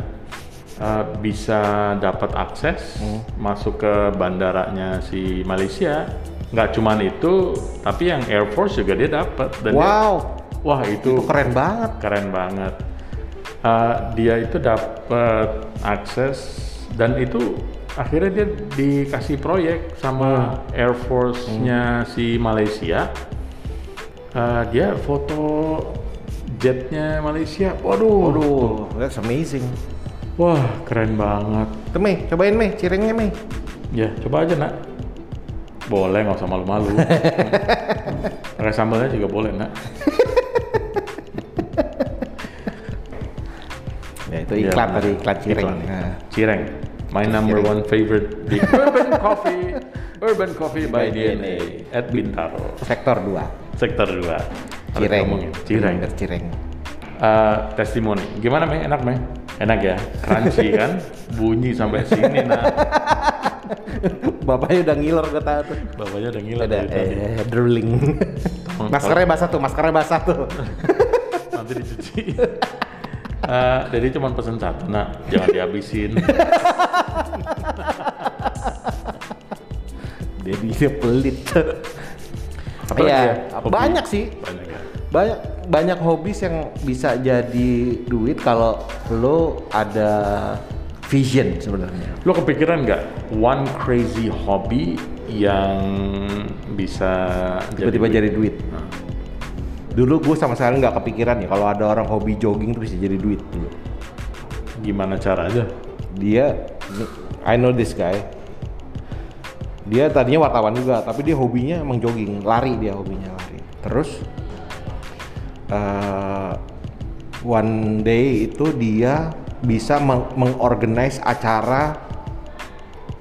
Speaker 1: ah, bisa dapat akses masuk ke bandaranya si Malaysia. Nggak cuman itu, tapi yang Air Force juga dia dapat dan dia-
Speaker 2: wow.
Speaker 1: Wah itu,
Speaker 2: Itu keren banget.
Speaker 1: keren banget. Eh, dia itu dapat akses dan itu akhirnya dia dikasih proyek sama Air Force-nya si Malaysia. Eh, dia foto jetnya Malaysia. Waduh,
Speaker 2: Waduh, that's amazing.
Speaker 1: wah keren banget.
Speaker 2: Tuh Mei, cobain Mei, cirengnya Mei.
Speaker 1: Ya coba aja nak. Boleh nggak usah malu-malu. Pakai sambalnya juga boleh nak.
Speaker 2: Ya itu
Speaker 1: Iya,
Speaker 2: iklan
Speaker 1: benar.
Speaker 2: tadi, iklan cireng.
Speaker 1: Iklan, iklan.
Speaker 2: Nah.
Speaker 1: Cireng. My number
Speaker 2: Cireng.
Speaker 1: one favorite
Speaker 2: (laughs)
Speaker 1: di Urban Coffee. Urban Coffee by
Speaker 2: By
Speaker 1: DNA.
Speaker 2: DNA.
Speaker 1: At Bintaro.
Speaker 2: Sektor 2,
Speaker 1: Sektor 2.
Speaker 2: cireng.
Speaker 1: Cireng.
Speaker 2: Bener, cireng. (laughs)
Speaker 1: Eh, testimoni. Gimana, Meh? Enak, Meh? Enak ya?
Speaker 2: (laughs)
Speaker 1: Crunchy kan? Bunyi sampai sini, nah.
Speaker 2: Bapaknya udah ngiler gue tahu tuh.
Speaker 1: Bapaknya udah gila
Speaker 2: Ada
Speaker 1: dari tadi.
Speaker 2: eh, drooling. maskernya basah tuh, maskernya basah tuh.
Speaker 1: Nanti dicuci. Eh, jadi cuma pesen satu, nak. Jangan
Speaker 2: (laughs)
Speaker 1: dihabisin.
Speaker 2: Iya, Jadi dia (laughs) pelit.
Speaker 1: Apa lagi ya?
Speaker 2: Iya,
Speaker 1: Hobi?
Speaker 2: banyak sih.
Speaker 1: Banyak ya?
Speaker 2: Banyak banyak hobis yang bisa jadi duit kalau lo ada vision sebenarnya.
Speaker 1: Lo kepikiran nggak one crazy hobby yang bisa
Speaker 2: tiba-tiba
Speaker 1: duit?
Speaker 2: jadi duit.
Speaker 1: Nah.
Speaker 2: Dulu gue sama sekali nggak kepikiran ya kalau ada orang hobi jogging tuh bisa jadi duit
Speaker 1: Hmm.
Speaker 2: dulu.
Speaker 1: Gimana caranya?
Speaker 2: Dia, I know this guy. Dia tadinya wartawan juga, tapi dia hobinya emang jogging, lari dia hobinya lari. Terus eh, one day itu dia bisa meng- mengorganize acara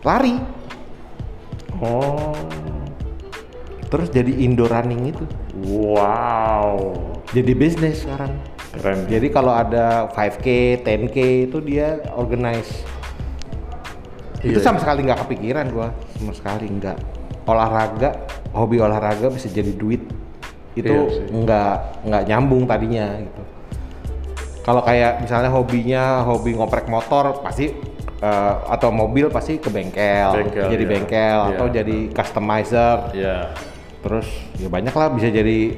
Speaker 2: lari,
Speaker 1: Oh,
Speaker 2: terus jadi indoor running itu,
Speaker 1: wow,
Speaker 2: jadi bisnis sekarang.
Speaker 1: keren.
Speaker 2: Jadi kalau ada 5K, 10K itu dia organize. itu
Speaker 1: Iya,
Speaker 2: sama sekali nggak kepikiran gua, sama sekali nggak. Olahraga, hobi olahraga bisa jadi duit.
Speaker 1: Iya
Speaker 2: Itu
Speaker 1: sih.
Speaker 2: nggak nggak nyambung tadinya gitu. kalau kayak misalnya hobinya hobi ngoprek motor pasti eh, atau mobil pasti ke bengkel,
Speaker 1: Bengkel,
Speaker 2: jadi
Speaker 1: iya.
Speaker 2: bengkel
Speaker 1: Iya.
Speaker 2: atau jadi customizer
Speaker 1: Iya.
Speaker 2: terus ya banyak lah bisa jadi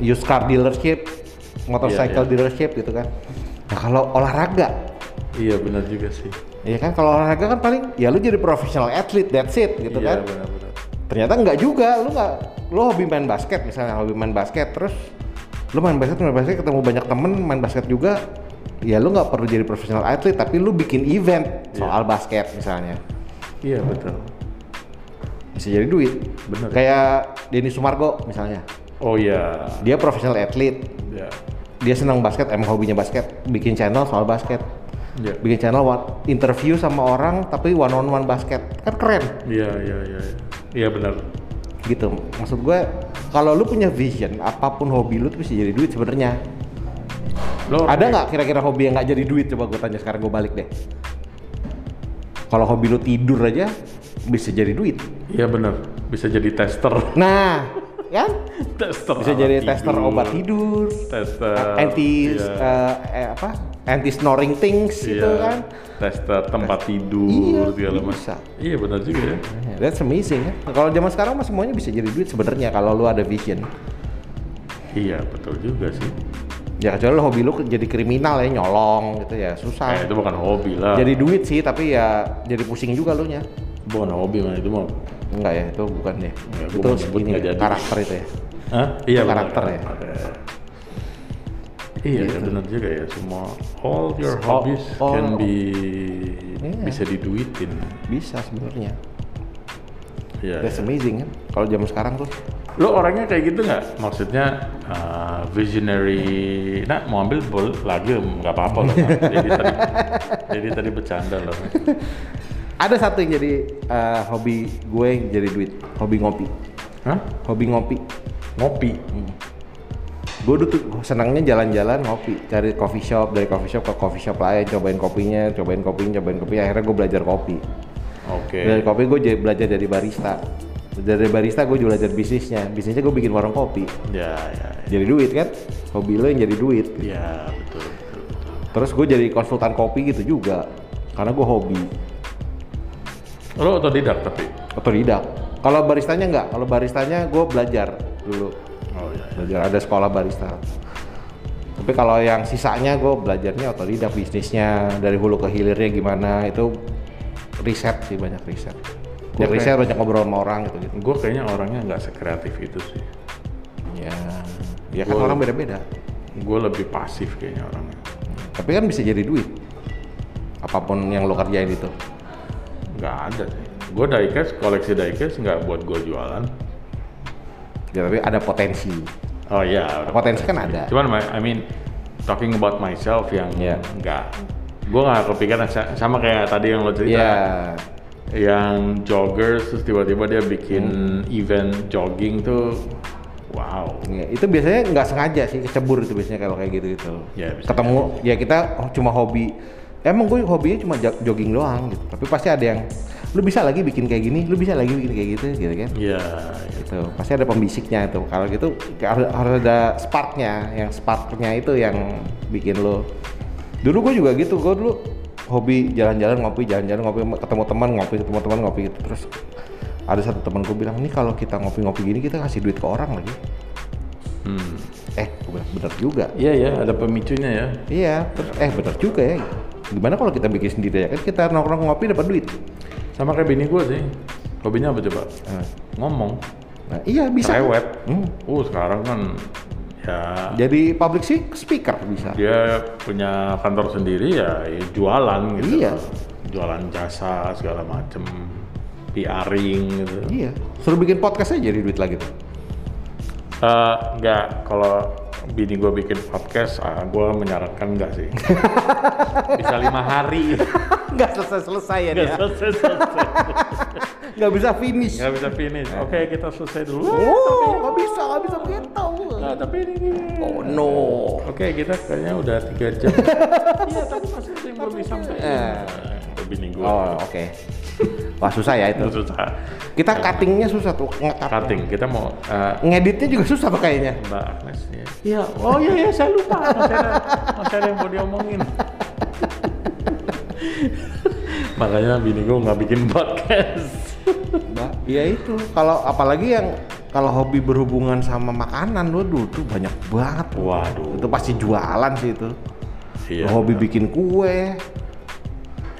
Speaker 2: used car dealership
Speaker 1: Iya,
Speaker 2: motorcycle
Speaker 1: iya.
Speaker 2: dealership gitu kan nah kalau olahraga
Speaker 1: Iya benar juga sih.
Speaker 2: ya kan kalau olahraga kan paling ya lu jadi professional athlete that's it gitu
Speaker 1: iya,
Speaker 2: kan
Speaker 1: benar-benar.
Speaker 2: ternyata nggak juga lu nggak lu hobi main basket misalnya hobi main basket terus lu main basket main basket ketemu banyak temen main basket juga ya lu nggak perlu jadi professional athlete tapi lu bikin event soal basket misalnya
Speaker 1: Iya betul.
Speaker 2: bisa jadi duit
Speaker 1: Bener.
Speaker 2: kayak Denny Sumargo misalnya
Speaker 1: Oh iya.
Speaker 2: dia professional athlete
Speaker 1: Iya.
Speaker 2: dia senang basket emang hobinya basket bikin channel soal basket
Speaker 1: Iya.
Speaker 2: bikin channel wa- interview sama orang tapi one on one basket kan keren
Speaker 1: Iya iya iya. iya. Iya benar.
Speaker 2: gitu maksud gue kalau lu punya vision apapun hobi lu tuh bisa jadi duit sebenarnya
Speaker 1: Lo
Speaker 2: ada nggak kira-kira hobi yang nggak jadi duit coba gue tanya sekarang gue balik deh kalau hobi lu tidur aja bisa jadi duit
Speaker 1: Iya benar. Bisa jadi tester.
Speaker 2: nah kan
Speaker 1: (laughs) tester.
Speaker 2: bisa
Speaker 1: alat
Speaker 2: jadi
Speaker 1: Oh, tidur.
Speaker 2: tester obat tidur
Speaker 1: Tester.
Speaker 2: anti
Speaker 1: iya.
Speaker 2: eh, eh, apa anti snoring things gitu
Speaker 1: Iya.
Speaker 2: kan
Speaker 1: Tester tempat tidur
Speaker 2: Iya,
Speaker 1: segala macam.
Speaker 2: bisa.
Speaker 1: Iya benar juga ya.
Speaker 2: Yeah, That's amazing ya. Kalau zaman sekarang mah semuanya bisa jadi duit sebenarnya kalau lu ada vision.
Speaker 1: Iya betul juga sih.
Speaker 2: Ya kecuali lu hobi lu jadi kriminal ya nyolong gitu
Speaker 1: Eh,
Speaker 2: ya susah.
Speaker 1: itu bukan hobi lah.
Speaker 2: Jadi duit sih tapi ya jadi pusing juga lu nya.
Speaker 1: bukan hobi man itu mah.
Speaker 2: Enggak ya itu bukan deh.
Speaker 1: Enggak, gua
Speaker 2: itu
Speaker 1: mau nyebut
Speaker 2: ini
Speaker 1: nggak
Speaker 2: ya,
Speaker 1: jadi.
Speaker 2: karakter itu ya.
Speaker 1: Hah? Iya benar.
Speaker 2: Karakter ya? Gitu.
Speaker 1: Iya, ya, benar juga ya semua all your
Speaker 2: All-
Speaker 1: hobbies
Speaker 2: all-
Speaker 1: can be
Speaker 2: Iya.
Speaker 1: bisa diduitin.
Speaker 2: Bisa sebenarnya.
Speaker 1: Iya.
Speaker 2: That's
Speaker 1: ya.
Speaker 2: amazing kan. Kalau zaman sekarang tuh
Speaker 1: Lo orangnya kayak gitu nggak? Maksudnya uh, visionary. Nah mau ambil bol lagi nggak apa-apa loh. Jadi tadi,
Speaker 2: (laughs)
Speaker 1: jadi tadi bercanda loh.
Speaker 2: ada satu yang jadi eh, hobi gue yang jadi duit, hobi ngopi.
Speaker 1: Hah?
Speaker 2: Hobi ngopi.
Speaker 1: Ngopi.
Speaker 2: gue dulu tuh senangnya jalan-jalan ngopi cari coffee shop dari coffee shop ke coffee shop lain cobain kopinya cobain kopinya cobain kopinya akhirnya gue belajar kopi
Speaker 1: Oke.
Speaker 2: dari kopi gue jadi belajar dari barista dari barista gue juga belajar bisnisnya bisnisnya gue bikin warung kopi
Speaker 1: Ya, ya, ya.
Speaker 2: jadi duit kan hobi lo yang jadi duit
Speaker 1: Ya, betul. betul.
Speaker 2: terus gue jadi konsultan kopi gitu juga karena gue hobi
Speaker 1: Lo otodidak tapi.
Speaker 2: otodidak kalau baristanya enggak kalau baristanya gue belajar dulu
Speaker 1: Oh ya.
Speaker 2: belajar ada sekolah barista tapi kalau yang sisanya gue belajarnya otodidak bisnisnya dari hulu ke hilirnya gimana itu riset sih banyak riset gue
Speaker 1: Oke.
Speaker 2: riset banyak ngobrol sama orang gitu gitu
Speaker 1: Gue kayaknya orangnya nggak sekreatif itu sih.
Speaker 2: ya ya
Speaker 1: Iya.
Speaker 2: kan
Speaker 1: Gua-
Speaker 2: orang beda beda
Speaker 1: Gue lebih pasif kayaknya orangnya.
Speaker 2: tapi kan bisa jadi duit apapun yang lo kerjain itu
Speaker 1: Nggak ada sih. Gue diecast, koleksi diecast nggak buat gue jualan.
Speaker 2: ya tapi ada potensi
Speaker 1: Oh iya. udah
Speaker 2: Potensi kan ada.
Speaker 1: Cuman my- I mean talking about myself yang
Speaker 2: Iya.
Speaker 1: nggak. Gue nggak kepikiran sa- sama kayak tadi yang lo cerita.
Speaker 2: ya
Speaker 1: Yang joggers terus tiba-tiba dia bikin event jogging tuh, wow.
Speaker 2: Ya, itu biasanya nggak sengaja sih kecebur itu biasanya kalau kayak gitu gitu
Speaker 1: Ya, bisa
Speaker 2: ketemu ya kita oh, cuma hobi emang gue hobinya cuma jo- jogging doang gitu tapi pasti ada yang lu bisa lagi bikin kayak gini lu bisa lagi bikin kayak gitu gitu kan
Speaker 1: Iya.
Speaker 2: gitu pasti ada pembisiknya itu kalau gitu harus, harus ada sparknya yang sparknya itu yang bikin lo dulu gue juga gitu gue dulu hobi jalan-jalan ngopi jalan-jalan ngopi ketemu teman ngopi ketemu teman ngopi gitu terus ada satu teman gue bilang nih kalau kita ngopi-ngopi gini kita kasih duit ke orang lagi
Speaker 1: Hmm.
Speaker 2: eh gue bilang bener juga
Speaker 1: Iya ya, ada pemicunya ya.
Speaker 2: iya terus eh bener juga ya gimana kalau kita bikin sendiri ya kan kita nongkrong ngopi dapat duit
Speaker 1: Sama kayak bini gue sih. Hobinya apa coba?
Speaker 2: nah,
Speaker 1: Ngomong.
Speaker 2: nah, iya bisa
Speaker 1: Cerewet.
Speaker 2: Hmm.
Speaker 1: Uh sekarang kan ya
Speaker 2: jadi public speaker bisa
Speaker 1: dia punya kantor sendiri ya, ya jualan gitu.
Speaker 2: Iya.
Speaker 1: Jualan jasa segala macem. PRing gitu.
Speaker 2: Iya, suruh bikin podcast aja jadi duit lagi tuh.
Speaker 1: Eh, enggak, kalau bini gue bikin podcast, ah, gue menyarankan enggak
Speaker 2: (laughs)
Speaker 1: sih. Bisa lima hari.
Speaker 2: Nggak selesai-selesai ya
Speaker 1: Enggak selesai-selesai.
Speaker 2: Nggak bisa finish.
Speaker 1: Enggak bisa finish. Oke, kita selesai dulu.
Speaker 2: Oh, nggak bisa, nggak bisa begitu.
Speaker 1: Nah, tapi ini, ini.
Speaker 2: Oh no.
Speaker 1: Oke, kita kayaknya udah 3 jam. Iya, tapi masih ada yang belum disampaikan. Iya.
Speaker 2: Eh.
Speaker 1: Ke bini gue.
Speaker 2: Oh, oke. Wah, susah ya itu.
Speaker 1: Susah.
Speaker 2: Kita cuttingnya susah tuh, nge-cut.
Speaker 1: Cutting, kita mau eh,
Speaker 2: Ngeditnya juga susah tuh kayaknya.
Speaker 1: Mbak Agnes ya. Iya, oh iya ya saya lupa masih ada, masih ada yang mau diomongin. (laughs) Makanya bini gue nggak bikin podcast.
Speaker 2: Mbak, ya itu. Kalau apalagi yang kalau hobi berhubungan sama makanan, waduh tuh banyak banget.
Speaker 1: Waduh.
Speaker 2: Itu pasti jualan sih itu.
Speaker 1: Iya.
Speaker 2: hobi bikin kue.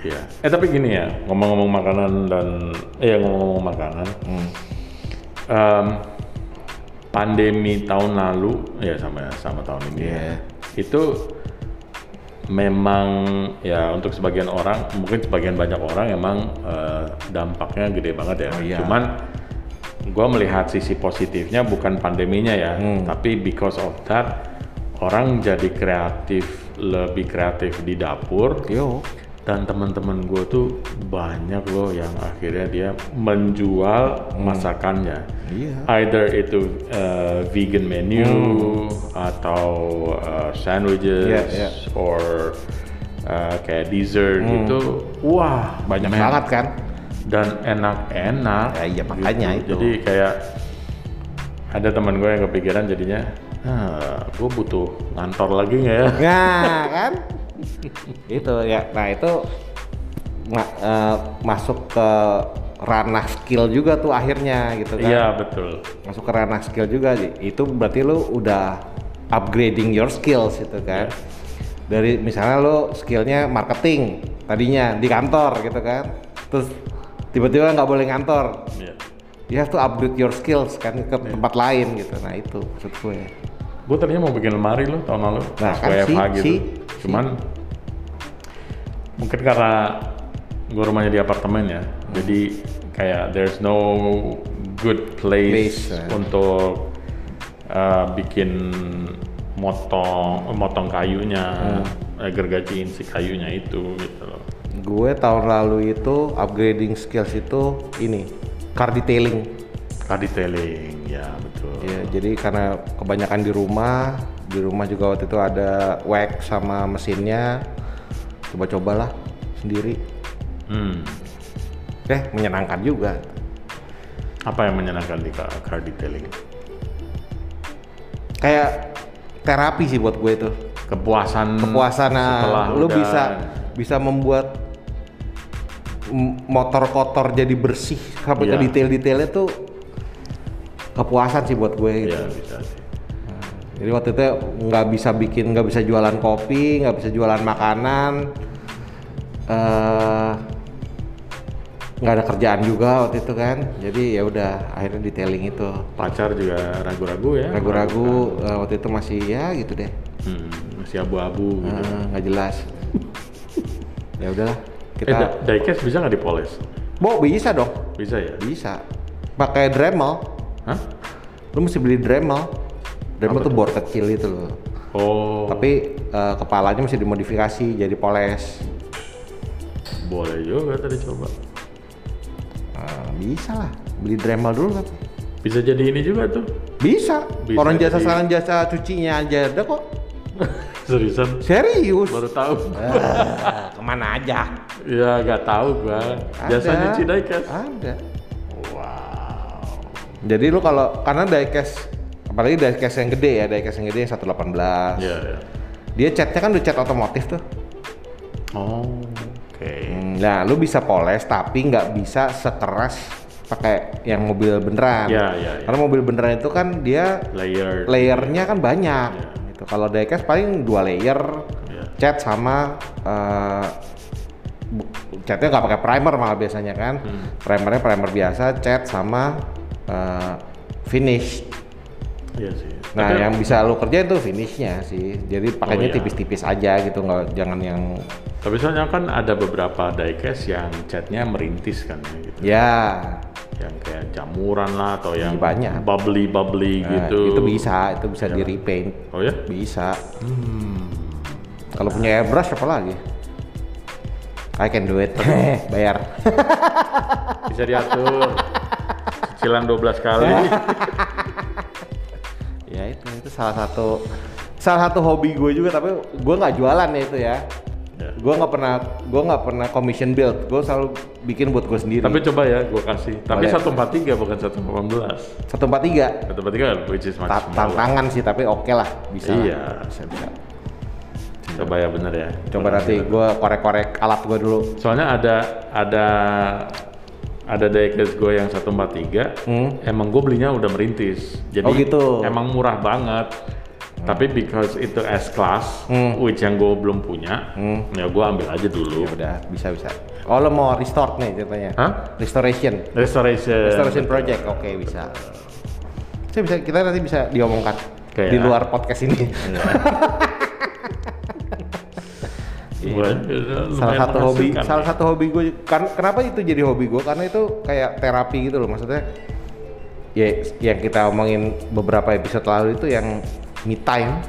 Speaker 1: Iya. Eh tapi gini ya, ngomong-ngomong makanan dan eh ya, ngomong-ngomong makanan.
Speaker 2: Hmm.
Speaker 1: Em, pandemi tahun lalu ya sama sama tahun ini ya,
Speaker 2: Iya.
Speaker 1: Itu memang ya untuk sebagian orang, mungkin sebagian banyak orang emang eh, dampaknya gede banget ya.
Speaker 2: Oh, iya.
Speaker 1: Cuman gue melihat sisi positifnya bukan pandeminya ya,
Speaker 2: Hmm.
Speaker 1: tapi because of that orang jadi kreatif lebih kreatif di dapur
Speaker 2: Yo.
Speaker 1: dan teman-teman gue tuh banyak loh yang akhirnya dia menjual masakannya
Speaker 2: Hmm. Iya.
Speaker 1: either itu uh, vegan menu atau uh, sandwiches
Speaker 2: Hmm. Iya, iya. Hmm.
Speaker 1: or uh, kayak dessert gitu wah
Speaker 2: Banyak
Speaker 1: men.
Speaker 2: banget kan?
Speaker 1: dan enak-enak Gitu.
Speaker 2: Ya, iya, makanya itu.
Speaker 1: jadi kayak ada teman gue yang kepikiran jadinya nah, gue butuh ngantor lagi nggak ya
Speaker 2: Nah, kan? itu ya. Nah, itu ma- eh, masuk ke ranah skill juga tuh akhirnya gitu kan.
Speaker 1: iya betul
Speaker 2: masuk ke ranah skill juga Ji. itu berarti lu udah upgrading your skills itu kan dari misalnya lu skillnya marketing tadinya di kantor gitu kan terus tiba-tiba nggak boleh ngantor
Speaker 1: Iya.
Speaker 2: you have to upgrade your skills kan ke tempat lain gitu nah itu maksud gue
Speaker 1: Gue tadinya mau bikin lemari loh tahun lalu,
Speaker 2: Nah,
Speaker 1: pas WFH
Speaker 2: kan, si-
Speaker 1: gitu.
Speaker 2: si-
Speaker 1: Cuman mungkin karena gue rumahnya di apartemen ya, jadi kayak there's no good place,
Speaker 2: Place, eh.
Speaker 1: untuk uh, bikin motong eh, motong kayunya,
Speaker 2: Hmm.
Speaker 1: eh, gergajiin si kayunya itu gitu loh.
Speaker 2: gue tahun lalu itu upgrading skills itu ini car detailing
Speaker 1: Car detailing, ya betul.
Speaker 2: Ya, jadi karena kebanyakan di rumah, di rumah juga waktu itu ada wax sama mesinnya. Coba-cobalah sendiri.
Speaker 1: Hmm.
Speaker 2: Eh, menyenangkan juga.
Speaker 1: Apa yang menyenangkan di car car detailing?
Speaker 2: Kayak terapi sih buat gue itu.
Speaker 1: Kepuasan.
Speaker 2: Kepuasan nah,
Speaker 1: setelah
Speaker 2: lu
Speaker 1: udah-
Speaker 2: bisa bisa membuat m- motor kotor jadi bersih sampai
Speaker 1: Iya.
Speaker 2: ke detail-detailnya tuh kepuasan sih buat gue gitu.
Speaker 1: Iya bisa sih.
Speaker 2: Jadi waktu itu nggak bisa bikin, nggak bisa jualan kopi, nggak bisa jualan makanan, eh, nggak ada kerjaan juga waktu itu kan. Jadi ya udah akhirnya detailing itu
Speaker 1: pacar juga ragu-ragu ya
Speaker 2: ragu-ragu eh, waktu itu masih ya gitu deh,
Speaker 1: Hmm, masih abu-abu
Speaker 2: Eh,
Speaker 1: gitu
Speaker 2: nggak
Speaker 1: (laughs)
Speaker 2: jelas. ya udahlah
Speaker 1: eh
Speaker 2: kita.
Speaker 1: da- diecast bisa nggak dipoles
Speaker 2: Bo bisa dong,
Speaker 1: bisa ya
Speaker 2: bisa. Pakai Dremel,
Speaker 1: hah
Speaker 2: lu mesti beli Dremel. Dremel tuh bor kecil itu loh.
Speaker 1: oh
Speaker 2: Tapi eh, kepalanya mesti dimodifikasi jadi poles.
Speaker 1: boleh juga tadi coba
Speaker 2: Ah, bisa lah, beli Dremel dulu kan.
Speaker 1: bisa jadi ini juga tuh (laughs)
Speaker 2: Bisa.
Speaker 1: Bisa
Speaker 2: Orang jasa
Speaker 1: jadi-
Speaker 2: saran jasa cucinya aja ada kok.
Speaker 1: seriusan
Speaker 2: Serius.
Speaker 1: baru tahu
Speaker 2: Ah, (laughs) kemana aja?
Speaker 1: ya nggak tahu gua jasa
Speaker 2: Ada.
Speaker 1: nyuci diecast
Speaker 2: Ada.
Speaker 1: wow
Speaker 2: Jadi lu kalau karena diecast apalagi diecast yang gede ya, diecast yang gede yang 118.
Speaker 1: ya ya
Speaker 2: Dia catnya kan udah cat otomotif tuh.
Speaker 1: oh oke
Speaker 2: Nah, lu bisa poles tapi nggak bisa sekeras pakai yang mobil beneran.
Speaker 1: Iya, iya, iya.
Speaker 2: Karena mobil beneran itu kan dia
Speaker 1: layer
Speaker 2: layernya kan banyak
Speaker 1: Iya.
Speaker 2: gitu. Kalau diecast paling dua layer
Speaker 1: Iya.
Speaker 2: cat sama eh, bu- catnya nggak pakai primer malah biasanya kan
Speaker 1: Hmm.
Speaker 2: primernya primer biasa cat sama eh, finish
Speaker 1: iya sih
Speaker 2: nah
Speaker 1: Tapi-
Speaker 2: yang bisa lo kerja itu finishnya sih jadi
Speaker 1: Oh,
Speaker 2: pakainya
Speaker 1: iya.
Speaker 2: tipis-tipis aja gitu nggak jangan yang
Speaker 1: tapi soalnya kan ada beberapa diecast yang catnya merintis kan ya gitu
Speaker 2: ya
Speaker 1: yang kayak jamuran lah atau yang
Speaker 2: banyak.
Speaker 1: bubbly bubbly
Speaker 2: nah,
Speaker 1: gitu
Speaker 2: itu bisa itu bisa di repaint
Speaker 1: oh ya
Speaker 2: bisa
Speaker 1: Hmm.
Speaker 2: kalau punya airbrush apa lagi I can do
Speaker 1: (laughs)
Speaker 2: it bayar
Speaker 1: bisa (laughs)
Speaker 2: Eh,
Speaker 1: diatur cicilan 12 kali
Speaker 2: ya itu itu salah satu salah satu hobi gue juga tapi gue nggak jualan ya itu ya
Speaker 1: Ya.
Speaker 2: gue nggak pernah gue nggak pernah commission build gue selalu bikin buat gue sendiri
Speaker 1: Tapi coba ya, gue kasih. Tapi 143
Speaker 2: Boleh.
Speaker 1: bukan 118.
Speaker 2: 143
Speaker 1: 143 kan, which is
Speaker 2: Ta-
Speaker 1: maksimal.
Speaker 2: tantangan sih tapi oke lah bisa lah.
Speaker 1: Iya.
Speaker 2: bisa bisa
Speaker 1: Coba ya bener ya.
Speaker 2: coba nanti gue korek-korek alat gue dulu
Speaker 1: Soalnya ada ada ada diecast gue yang 143,
Speaker 2: Hmm?
Speaker 1: emang gue belinya udah merintis. Jadi
Speaker 2: Oh, gitu.
Speaker 1: emang murah banget. Tapi because itu S class,
Speaker 2: Hmm.
Speaker 1: which yang gue belum punya, ya gue ambil aja dulu.
Speaker 2: ya udah bisa bisa oh lo mau restore nih ceritanya
Speaker 1: Hah?
Speaker 2: restoration
Speaker 1: Restoration.
Speaker 2: restoration project oke bisa saya bisa kita nanti bisa diomongkan
Speaker 1: Kayak-
Speaker 2: di luar podcast ini
Speaker 1: Iya. Gua-
Speaker 2: salah
Speaker 1: Iya, lumayan
Speaker 2: satu hobi
Speaker 1: menghasilkan. ya.
Speaker 2: salah satu hobi gue kan kenapa itu jadi hobi gue karena itu kayak terapi gitu loh maksudnya ya yang kita omongin beberapa episode lalu itu yang me time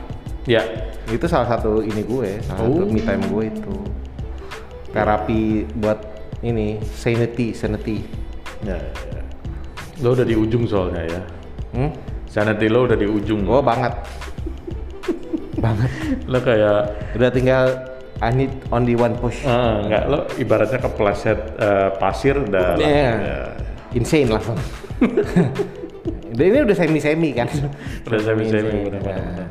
Speaker 1: Ya.
Speaker 2: itu salah satu ini gue salah satu
Speaker 1: Oh.
Speaker 2: me time gue itu terapi buat ini sanity sanity
Speaker 1: Ya, ya. Lo udah di ujung soalnya ya.
Speaker 2: hmm?
Speaker 1: Sanity lo udah di ujung.
Speaker 2: gue banget banget
Speaker 1: Lo kayak
Speaker 2: udah tinggal I need only one push
Speaker 1: Ah, enggak lo ibaratnya kepleset eh, pasir Ya. dan
Speaker 2: Iya. insane (laughs) langsung dan ini udah semi semi kan
Speaker 1: udah semi
Speaker 2: Insane,
Speaker 1: semi
Speaker 2: Iya.
Speaker 1: benar-benar.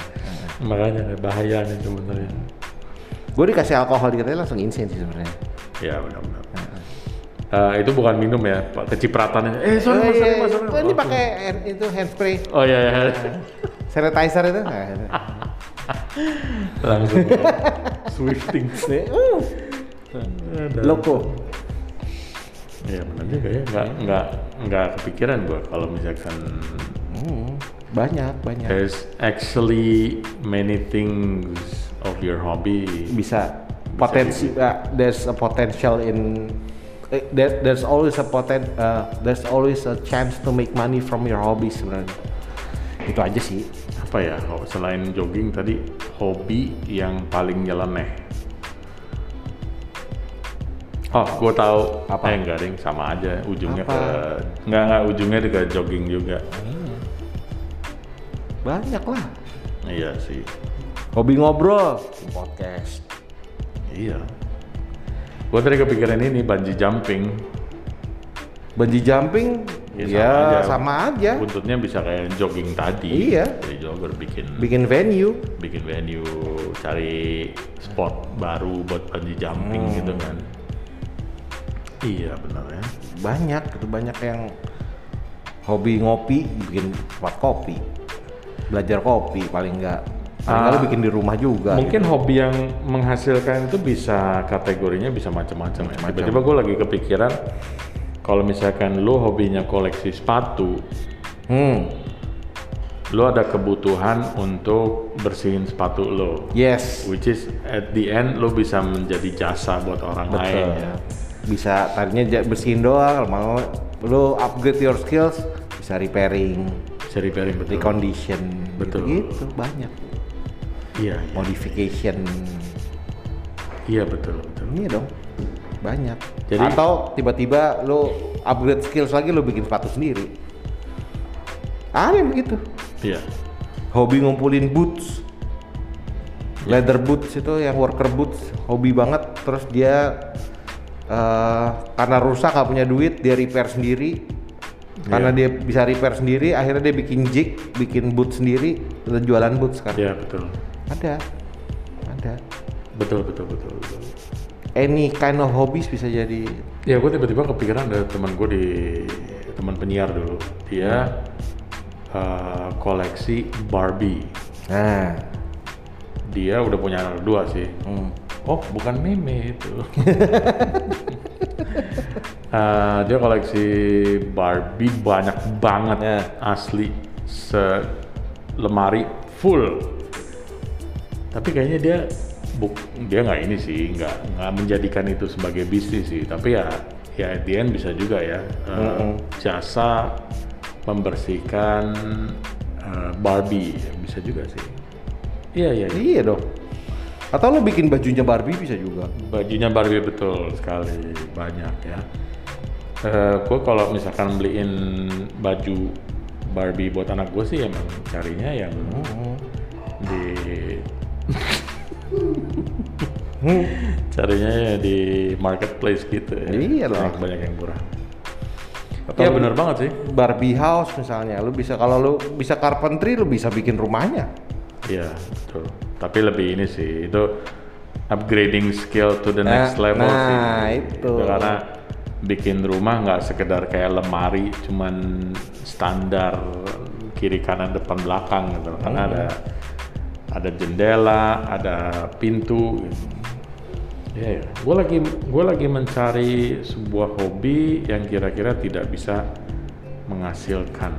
Speaker 1: Makanya bahaya nih sebenarnya.
Speaker 2: gue dikasih alkohol dikatanya langsung insane sih sebenarnya
Speaker 1: Ya benar-benar.
Speaker 2: Ah,
Speaker 1: Eh, itu bukan minum ya, Pak. kecipratannya. Eh, sorry,
Speaker 2: Oh,
Speaker 1: mas, sorry,
Speaker 2: iya,
Speaker 1: mas, sorry.
Speaker 2: oh, ini Ah.
Speaker 1: Langsung.
Speaker 2: pakai hand- itu handspray
Speaker 1: Oh iya, iya.
Speaker 2: sanitizer (laughs) itu nah,
Speaker 1: (laughs)
Speaker 2: (laughs)
Speaker 1: langsung swifting.
Speaker 2: ini, uh,
Speaker 1: Dan-
Speaker 2: loko
Speaker 1: Iya benar juga ya, nggak nggak nggak kepikiran gua kalau misalkan
Speaker 2: Hmm, banyak banyak
Speaker 1: there's actually many things of your hobby.
Speaker 2: bisa potensi uh, there's a potential in eh, there, there's always a poten uh, there's always a chance to make money from your hobby sebenarnya itu aja sih
Speaker 1: apa ya ho- selain jogging tadi hobi yang paling nyeleneh oh gue tahu
Speaker 2: Apa?
Speaker 1: eh enggak ding sama aja ujungnya
Speaker 2: Apa?
Speaker 1: ke enggak enggak ujungnya ke jogging juga
Speaker 2: banyak lah
Speaker 1: iya sih
Speaker 2: hobi ngobrol podcast
Speaker 1: iya gue tadi kepikiran ini bungee jumping
Speaker 2: bungee jumping
Speaker 1: Ya,
Speaker 2: ya,
Speaker 1: sama aja.
Speaker 2: sama aja,
Speaker 1: buntutnya bisa kayak jogging tadi
Speaker 2: Ya? Iya.
Speaker 1: jadi jogger bikin
Speaker 2: bikin venue
Speaker 1: bikin venue cari spot baru buat bungee jumping gitu kan iya benar ya
Speaker 2: banyak gitu banyak yang hobi ngopi bikin tempat kopi belajar kopi paling enggak paling
Speaker 1: Ah.
Speaker 2: enggak lu bikin di rumah juga
Speaker 1: Mungkin hobi yang menghasilkan itu bisa kategorinya bisa macam-macam ya. Tiba-tiba gue lagi kepikiran kalau misalkan lo hobinya koleksi sepatu,
Speaker 2: gitu. hmm
Speaker 1: lo ada kebutuhan untuk bersihin sepatu lo.
Speaker 2: yes
Speaker 1: Which is at the end lo bisa menjadi jasa buat orang lain
Speaker 2: betul
Speaker 1: ya.
Speaker 2: bisa tadinya ja- bersihin doang mau lu upgrade your skills bisa repairing
Speaker 1: Bisa repairing betul.
Speaker 2: recondition
Speaker 1: Betul.
Speaker 2: gitu banyak
Speaker 1: Iya, iya.
Speaker 2: modification
Speaker 1: Iya, betul, betul.
Speaker 2: ini dong banyak
Speaker 1: Jadi-
Speaker 2: atau tiba-tiba lu upgrade skills lagi lu bikin sepatu sendiri ada yang begitu
Speaker 1: Iya.
Speaker 2: hobi ngumpulin boots leather boots itu yang worker boots hobi banget terus dia eh, karena rusak gak punya duit dia repair sendiri karena dia bisa repair sendiri akhirnya dia bikin jig bikin boot sendiri dan jualan boot sekarang
Speaker 1: Iya, betul.
Speaker 2: ada ada
Speaker 1: Betul, betul, betul, betul.
Speaker 2: any kind of hobbies bisa jadi
Speaker 1: Ya gue tiba-tiba kepikiran ada teman gue di teman penyiar dulu dia eh, koleksi Barbie
Speaker 2: nah
Speaker 1: dia udah punya anak dua sih oh bukan meme itu (laughs) Eh, dia koleksi Barbie banyak banget
Speaker 2: Ya.
Speaker 1: asli se lemari full tapi kayaknya dia buk- dia nggak ini sih nggak nggak menjadikan itu sebagai bisnis sih tapi ya ya at the end bisa juga ya eh, jasa membersihkan eh, Barbie bisa juga sih iya iya iya.
Speaker 2: iya dong atau lo bikin bajunya Barbie bisa juga
Speaker 1: bajunya Barbie betul sekali banyak ya Eh, gue kalau misalkan beliin baju Barbie buat anak gue sih emang carinya yang (laughs) di
Speaker 2: Hmm.
Speaker 1: carinya ya di marketplace gitu ya.
Speaker 2: Iya lah.
Speaker 1: Banyak, banyak yang murah. Tapi
Speaker 2: Ya,
Speaker 1: Iya, bener banget sih.
Speaker 2: Barbie house misalnya, lu bisa kalau lu bisa carpentry lu bisa bikin rumahnya.
Speaker 1: Iya, betul. Tapi lebih ini sih itu upgrading skill to the
Speaker 2: Nah,
Speaker 1: next level
Speaker 2: nah,
Speaker 1: sih. Iya,
Speaker 2: itu.
Speaker 1: Karena bikin rumah nggak sekedar kayak lemari cuman standar kiri kanan depan belakang gitu. Karena
Speaker 2: Hmm.
Speaker 1: ada ada jendela, ada pintu gitu. Ya, ya. gue lagi gue lagi mencari sebuah hobi yang kira-kira tidak bisa menghasilkan,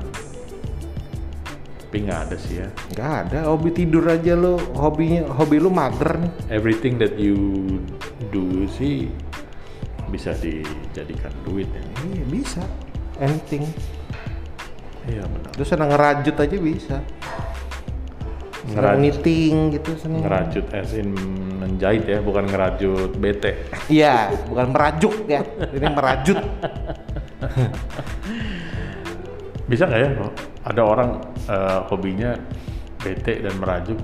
Speaker 1: tapi nggak ada sih ya.
Speaker 2: Nggak ada hobi tidur aja lu, hobinya hobi lu mager nih.
Speaker 1: everything that you do sih bisa dijadikan duit ya.
Speaker 2: Iya, bisa. Anything.
Speaker 1: Iya benar.
Speaker 2: Lu senang ngerajut aja bisa.
Speaker 1: Ngerajut.
Speaker 2: Senang knitting gitu senang.
Speaker 1: Ngerajut as in menjahit ya, bukan ngerajut bete.
Speaker 2: Iya, bukan merajuk ya. Ini merajut.
Speaker 1: Bisa nggak ya? Ada orang eh, hobinya bete dan merajuk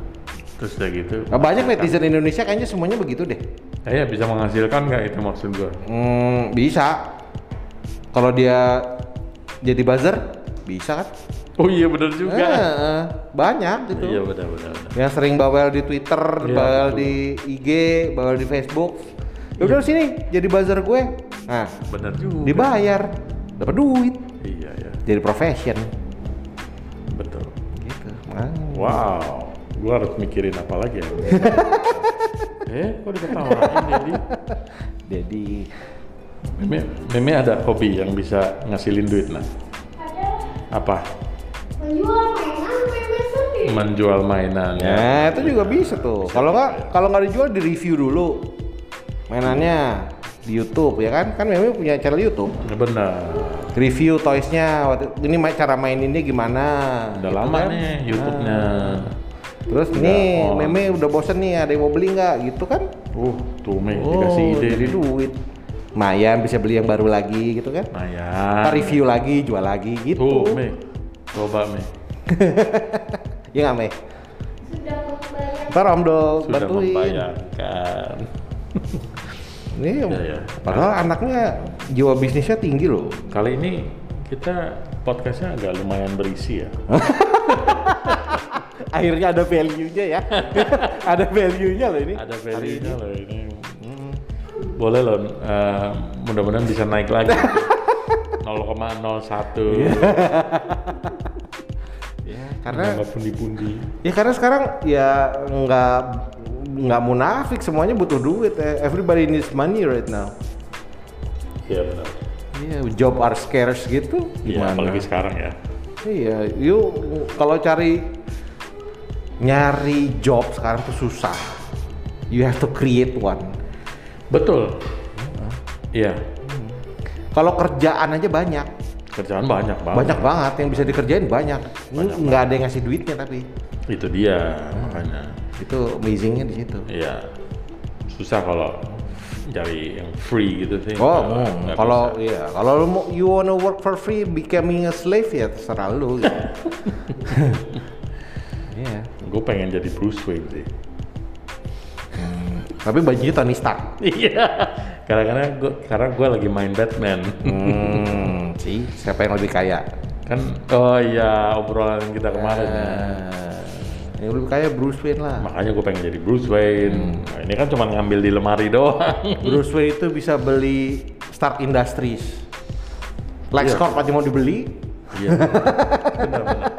Speaker 1: terus udah gitu.
Speaker 2: Nah, banyak netizen Indonesia kayaknya semuanya begitu deh.
Speaker 1: Eh, ya bisa menghasilkan nggak itu maksud gua?
Speaker 2: Hmm, bisa. Kalau dia jadi buzzer, bisa kan?
Speaker 1: Oh iya benar juga.
Speaker 2: Eh, banyak gitu.
Speaker 1: Iya benar benar. benar.
Speaker 2: Yang sering bawel di Twitter,
Speaker 1: Iya,
Speaker 2: bawel
Speaker 1: betul. Iya.
Speaker 2: di IG, bawel di Facebook. Ya udah sini jadi buzzer gue. Nah,
Speaker 1: Benar juga.
Speaker 2: dibayar, dapat duit,
Speaker 1: Iya ya,
Speaker 2: jadi profession
Speaker 1: betul.
Speaker 2: gitu. Makanya.
Speaker 1: Wow, gua harus mikirin apa (laughs) lagi ya? eh, kok diketawain jadi?
Speaker 2: Jadi
Speaker 1: Meme, meme ada hobi yang bisa ngasilin duit nah. Apa?
Speaker 3: menjual mainan meme sendiri.
Speaker 1: Menjual mainan.
Speaker 2: Nah, itu juga bisa tuh. Kalau nggak kalau nggak dijual di review dulu mainannya di YouTube ya kan? Kan memang punya channel YouTube.
Speaker 1: Ya, Benar.
Speaker 2: Review toysnya, waktu- ini ma- cara maininnya gimana?
Speaker 1: Udah
Speaker 2: gitu
Speaker 1: lama
Speaker 2: kan. Nah,
Speaker 1: nih YouTube-nya.
Speaker 2: Terus
Speaker 1: Udah
Speaker 2: nih
Speaker 1: on.
Speaker 2: meme udah bosen nih, ada yang mau beli nggak? Gitu kan?
Speaker 1: Uh, tuh Mei
Speaker 2: Oh.
Speaker 1: dikasih ide
Speaker 2: jadi
Speaker 1: nih.
Speaker 2: duit. Mayan bisa beli yang baru lagi gitu kan?
Speaker 1: Nah ya.
Speaker 2: Ntar review lagi, jual lagi
Speaker 1: Tuh
Speaker 2: gitu.
Speaker 1: Mei, coba Mei.
Speaker 2: Iya nggak Mei?
Speaker 3: Sudah membayar
Speaker 2: Ntar Om Dol
Speaker 1: Sudah
Speaker 2: bantuin.
Speaker 1: membayangkan.
Speaker 2: Ini
Speaker 1: Iya, iya.
Speaker 2: padahal anaknya jiwa bisnisnya tinggi loh.
Speaker 1: Kali ini kita podcastnya agak lumayan berisi ya.
Speaker 2: Akhirnya ada value-nya (laughs) ya. ada value-nya loh ini.
Speaker 1: Ada
Speaker 2: Hari ini.
Speaker 1: value-nya loh ini. Hmm. Boleh loh, eh, mudah-mudahan bisa naik
Speaker 2: (laughs)
Speaker 1: lagi. 0,01
Speaker 2: Iya. Ya,
Speaker 1: karena
Speaker 2: karena
Speaker 1: pundi-pundi.
Speaker 2: ya karena sekarang ya nggak nggak munafik semuanya butuh duit. Eh, Everybody needs money right now.
Speaker 1: Iya benar.
Speaker 2: Iya, job are scarce gitu.
Speaker 1: Iya,
Speaker 2: Gimana?
Speaker 1: apalagi sekarang ya.
Speaker 2: Iya, yuk kalau cari nyari job sekarang tuh susah. You have to create one.
Speaker 1: Betul. Iya,
Speaker 2: Kalau kerjaan aja banyak,
Speaker 1: kerjaan banyak banget.
Speaker 2: banyak banget yang bisa dikerjain banyak. Ini Nggak ada yang ngasih duitnya tapi
Speaker 1: Itu dia makanya.
Speaker 2: itu amazingnya di situ.
Speaker 1: Iya. Susah kalau cari yang free gitu sih.
Speaker 2: Oh,
Speaker 1: Nggak-
Speaker 2: hmm,
Speaker 1: nggak
Speaker 2: kalau
Speaker 1: bisa.
Speaker 2: iya, kalau lu mau you wanna work for free becoming a slave ya terserah
Speaker 1: (laughs)
Speaker 2: lu. Gitu. Iya.
Speaker 1: gue pengen jadi Bruce Wayne sih. (laughs)
Speaker 2: Tapi bajunya Tony Stark.
Speaker 1: Iya. Karena gue karena gue lagi main Batman. (laughs)
Speaker 2: (laughs) Hmm, sih, siapa yang lebih kaya?
Speaker 1: kan oh iya obrolan kita kemarin. ya.
Speaker 2: Eh, yang lebih kaya Bruce Wayne lah.
Speaker 1: Makanya gue pengen jadi Bruce
Speaker 2: Hmm.
Speaker 1: Wayne. Nah, ini kan cuma ngambil di lemari doang.
Speaker 2: Bruce Wayne itu bisa beli Stark Industries. LexCorp aja mau dibeli,
Speaker 1: Iya. Benar-benar.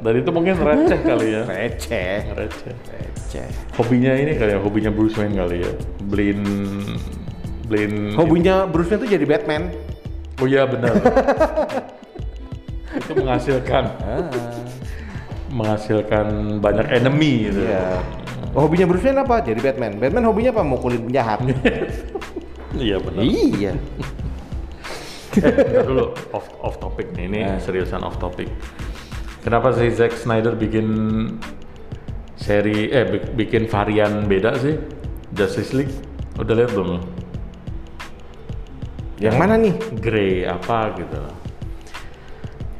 Speaker 1: Dan itu mungkin receh kali ya.
Speaker 2: receh. Iya.
Speaker 1: Receh.
Speaker 2: Receh.
Speaker 1: Hobinya ini kali ya, hobinya Bruce Wayne kali ya. Beliin beliin
Speaker 2: Hobinya Bruce Wayne tuh jadi Batman.
Speaker 1: Oh iya benar. itu menghasilkan menghasilkan banyak enemy gitu.
Speaker 2: Iya. Hobinya Bruce Wayne apa? Jadi Batman. Batman hobinya apa? Mukulin penjahat.
Speaker 1: Iya benar.
Speaker 2: (laughs) iya.
Speaker 1: Eh, bentar dulu off off topic nih. Ini
Speaker 2: Eh.
Speaker 1: seriusan off topic. Kenapa sih Zack Snyder bikin seri eh bi- bikin varian beda sih? Justice League udah lihat belum? lo?
Speaker 2: Yang mana nih?
Speaker 1: Grey apa gitu.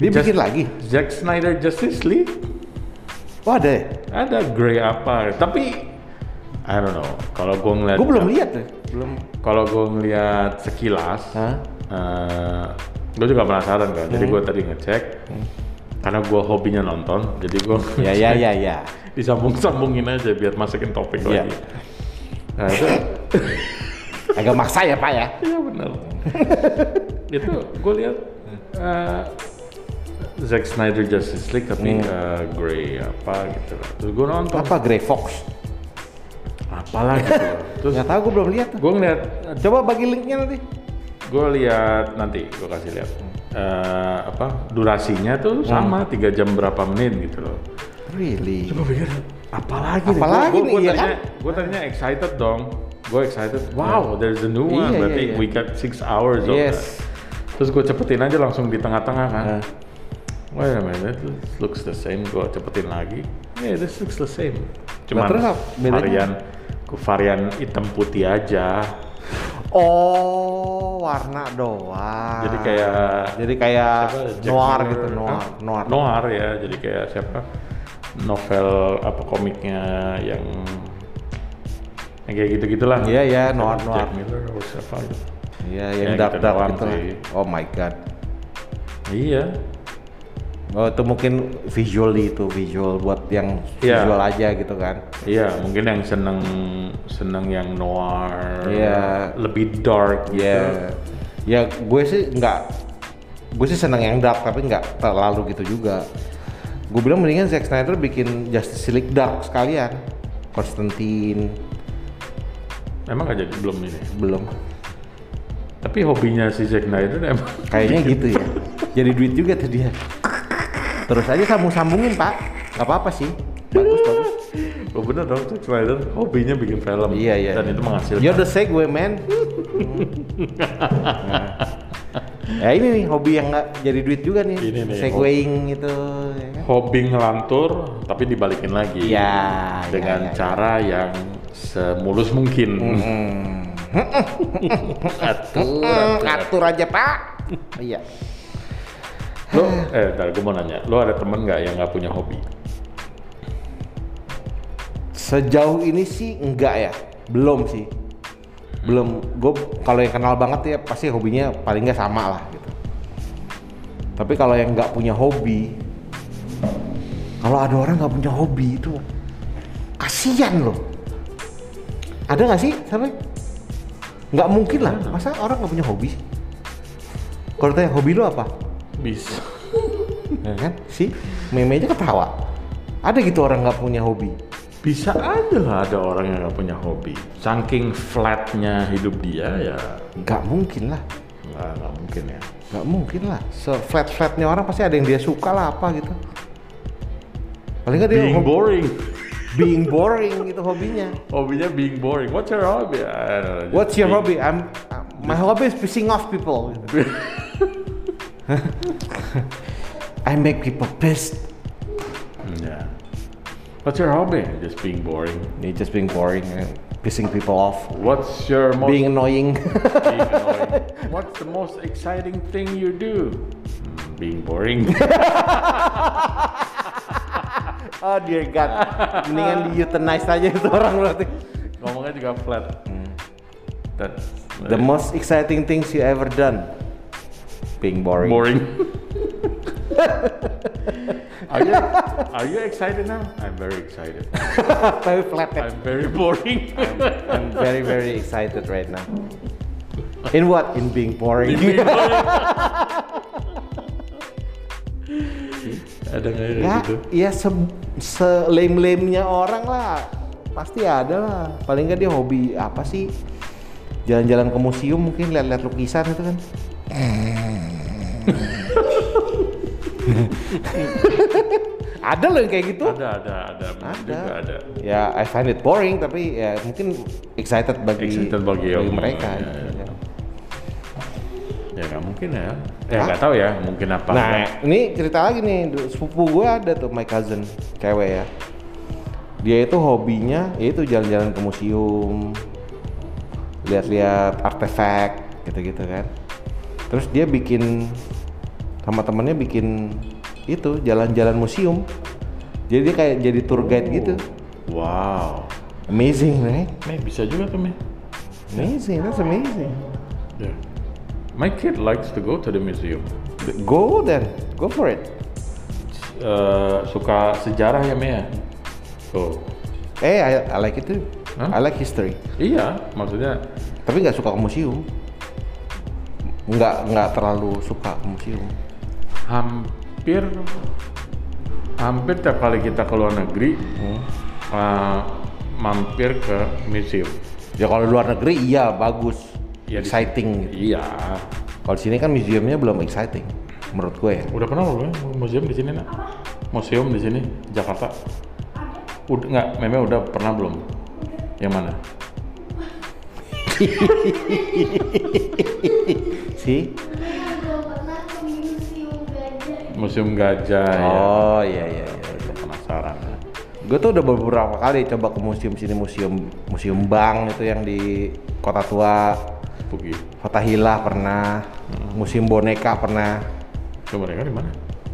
Speaker 2: Dia
Speaker 1: Just-
Speaker 2: bikin lagi.
Speaker 1: Zack Snyder Justice League
Speaker 2: Oh ada ya?
Speaker 1: ada Grey apa tapi I don't know kalau gue ngeliat
Speaker 2: Gue belum lihat deh. Belum.
Speaker 1: kalau gue ngeliat sekilas
Speaker 2: Hah?
Speaker 1: gue juga penasaran kan
Speaker 2: Hmm.
Speaker 1: jadi gue tadi ngecek karena gue hobinya nonton jadi gue
Speaker 2: Ya ya ya ya.
Speaker 1: disambung-sambungin aja biar masukin topik
Speaker 2: Iya.
Speaker 1: lagi nah itu
Speaker 2: Agak maksa ya Pak ya.
Speaker 1: iya (laughs) benar itu gue lihat eh, Zack Snyder Justice League tapi eh, Grey apa gitu terus gue nonton
Speaker 2: Apa Grey Fox?
Speaker 1: apalah gitu terus
Speaker 2: Nggak tahu gue belum lihat. tuh.
Speaker 1: gue ngeliat
Speaker 2: Coba bagi linknya nanti.
Speaker 1: gue lihat nanti gue kasih lihat Eh, apa durasinya tuh sama tiga jam berapa menit gitu loh
Speaker 2: Really?
Speaker 1: gue pikir apalagi
Speaker 2: nih? Apalagi nih, iya kan?
Speaker 1: gue tadinya excited dong gue excited
Speaker 2: Wow.
Speaker 1: wow there's a new one
Speaker 2: Iya, iya,
Speaker 1: berarti
Speaker 2: iya.
Speaker 1: we got six hours of that.
Speaker 2: Yes.
Speaker 1: terus gue cepetin aja langsung di tengah-tengah kan
Speaker 2: Nah.
Speaker 1: wait a minute this looks the same gue cepetin lagi yeah this looks the same
Speaker 2: Nah,
Speaker 1: cuman
Speaker 2: terus apa bedanya?
Speaker 1: varian varian hitam putih aja
Speaker 2: Oh, warna doang.
Speaker 1: jadi kayak
Speaker 2: jadi kayak
Speaker 1: Siapa? Jack
Speaker 2: noir
Speaker 1: Miller,
Speaker 2: gitu, noir,
Speaker 1: apa?
Speaker 2: noir.
Speaker 1: Noir ya, jadi kayak siapa? Novel apa komiknya yang yang kayak gitu-gitulah.
Speaker 2: Iya, iya, noir,
Speaker 1: Jack
Speaker 2: noir.
Speaker 1: Miller atau siapa gitu.
Speaker 2: Iya,
Speaker 1: Ya,
Speaker 2: yang
Speaker 1: gitu
Speaker 2: dark dark
Speaker 1: doang
Speaker 2: gitu. lah.
Speaker 1: sih.
Speaker 2: Oh my god.
Speaker 1: Iya.
Speaker 2: Oh, itu mungkin visually itu visual buat yang
Speaker 1: Iya.
Speaker 2: visual aja gitu kan.
Speaker 1: Iya, mungkin yang seneng seneng yang noir,
Speaker 2: Iya.
Speaker 1: lebih dark gitu.
Speaker 2: Iya. Ya gue sih nggak gue sih seneng yang dark tapi nggak terlalu gitu juga. Gue bilang mendingan Zack Snyder bikin Justice League dark sekalian. Konstantin
Speaker 1: Emang gak jadi belum ini.
Speaker 2: belum.
Speaker 1: Tapi hobinya si Jack Snyder emang (laughs)
Speaker 2: Kayaknya gitu ya. Jadi duit juga tuh dia. Terus aja sambung-sambungin, Pak. Gak apa-apa sih. Bagus, bagus.
Speaker 1: Lo Oh, bener dong Jack Snyder hobinya bikin film.
Speaker 2: Iya, iya.
Speaker 1: Dan itu menghasilkan.
Speaker 2: You're the segue,
Speaker 1: (laughs)
Speaker 2: man. Nah. Ya ini nih hobi yang nggak jadi duit juga nih.
Speaker 1: Ini nih, Iya,
Speaker 2: Segueing gitu. ya kan?
Speaker 1: hobi ngelantur tapi dibalikin lagi
Speaker 2: Iya,
Speaker 1: dengan
Speaker 2: iya, iya,
Speaker 1: cara yang semulus mungkin atur
Speaker 2: Hmm,
Speaker 1: atur, atur.
Speaker 2: atur aja, Pak. Iya.
Speaker 1: (laughs) lo eh ntar gue mau nanya lo ada temen nggak yang nggak punya hobi
Speaker 2: Sejauh ini sih enggak ya. Belum sih. Belum. Gue kalau yang kenal banget ya pasti hobinya paling nggak sama lah gitu. Tapi kalau yang nggak punya hobi, kalau ada orang nggak punya hobi itu kasihan loh. Ada nggak sih sampai? Nggak mungkin lah. Masa orang nggak punya hobi? sih? Kalau tanya hobi lu apa?
Speaker 1: bisa
Speaker 2: Ya kan? Si meme aja ketawa. Ada gitu orang nggak punya hobi.
Speaker 1: bisa aja lah ada orang yang nggak punya hobi saking flatnya hidup dia ya
Speaker 2: Nggak mungkin lah.
Speaker 1: nggak nggak mungkin ya
Speaker 2: nggak mungkin lah flat flatnya orang pasti ada yang dia suka lah apa gitu paling nggak dia
Speaker 1: being
Speaker 2: hobi-
Speaker 1: boring
Speaker 2: (laughs) being boring gitu hobinya
Speaker 1: hobinya being boring what's your hobby I don't know, just
Speaker 2: what's your
Speaker 1: being-
Speaker 2: hobby I'm I'm- my hobby is pissing off people (laughs) gitu. I make people pissed
Speaker 1: Hmm, yeah. what's your hobby just being boring
Speaker 2: they just being boring and pissing people off
Speaker 1: what's your most
Speaker 2: being (laughs) annoying
Speaker 1: being annoying. What's the most exciting thing you do? Hmm, Being boring.
Speaker 2: (laughs) oh dear god mendingan (laughs) di euthanize aja itu orang berarti
Speaker 1: Ngomongnya juga flat. That's
Speaker 2: the most exciting things you ever done being boring
Speaker 1: (laughs) boring. are you are you excited now? I'm very excited.
Speaker 2: tapi flat ya
Speaker 1: I'm very (laughs) boring.
Speaker 2: I'm very very excited right now. In what? In being boring.
Speaker 1: Being boring. Ada nggak ya
Speaker 2: ya,
Speaker 1: gitu?
Speaker 2: ya se, selem-lemnya orang lah pasti ada lah. Paling nggak dia hobi apa sih? Jalan-jalan ke museum mungkin lihat-lihat lukisan itu kan. (laughs) ada loh yang kayak gitu.
Speaker 1: Ada ada ada. Bener
Speaker 2: Ada.
Speaker 1: Juga ada.
Speaker 2: Ya, I find it boring tapi ya mungkin excited bagi,
Speaker 1: Excited bagi yang-
Speaker 2: mereka.
Speaker 1: ya, ya. Ya nggak mungkin ya. Ya
Speaker 2: Hah?
Speaker 1: nggak tahu ya. Mungkin apa?
Speaker 2: Nah, ini cerita lagi nih, du- sepupu gue ada tuh my cousin, cewek ya. Dia itu hobinya yaitu jalan-jalan ke museum, lihat-lihat artefak gitu-gitu kan. Terus dia bikin sama temennya bikin itu jalan-jalan museum. Jadi dia kayak jadi tour guide gitu.
Speaker 1: Oh. Wow.
Speaker 2: Amazing, right?
Speaker 1: Mei bisa juga tuh Mei.
Speaker 2: Amazing, that's amazing.
Speaker 1: Yeah. My kid likes to go to the museum.
Speaker 2: Go then, go for it.
Speaker 1: Eh, suka sejarah ya Mei ya? Tuh.
Speaker 2: Eh, I, I like it too.
Speaker 1: Hah?
Speaker 2: I like history.
Speaker 1: Iya, maksudnya
Speaker 2: Tapi nggak suka ke museum. Nggak nggak terlalu suka ke museum.
Speaker 1: hampir hampir tiap kali kita ke luar negeri eh, mampir ke museum.
Speaker 2: Ya kalau di luar negeri iya bagus,
Speaker 1: Ya, di-
Speaker 2: exciting. gitu.
Speaker 1: Iya.
Speaker 2: Kalau di sini kan museumnya belum exciting, menurut gue ya.
Speaker 1: Udah pernah belum ya museum di sini nak? Museum di sini Jakarta. Udah nggak? Memang udah pernah belum? Yang mana?
Speaker 2: Si?
Speaker 3: Pernah gue pernah ke museum gajah.
Speaker 1: Museum Gajah ya.
Speaker 2: Oh iya iya iya.
Speaker 1: Udah penasaran. ya.
Speaker 2: Gue tuh udah beberapa kali coba ke museum sini museum museum bank itu yang di kota tua
Speaker 1: Pugi.
Speaker 2: Fatahillah pernah, museum boneka pernah
Speaker 1: Itu mereka (laughs) di mana?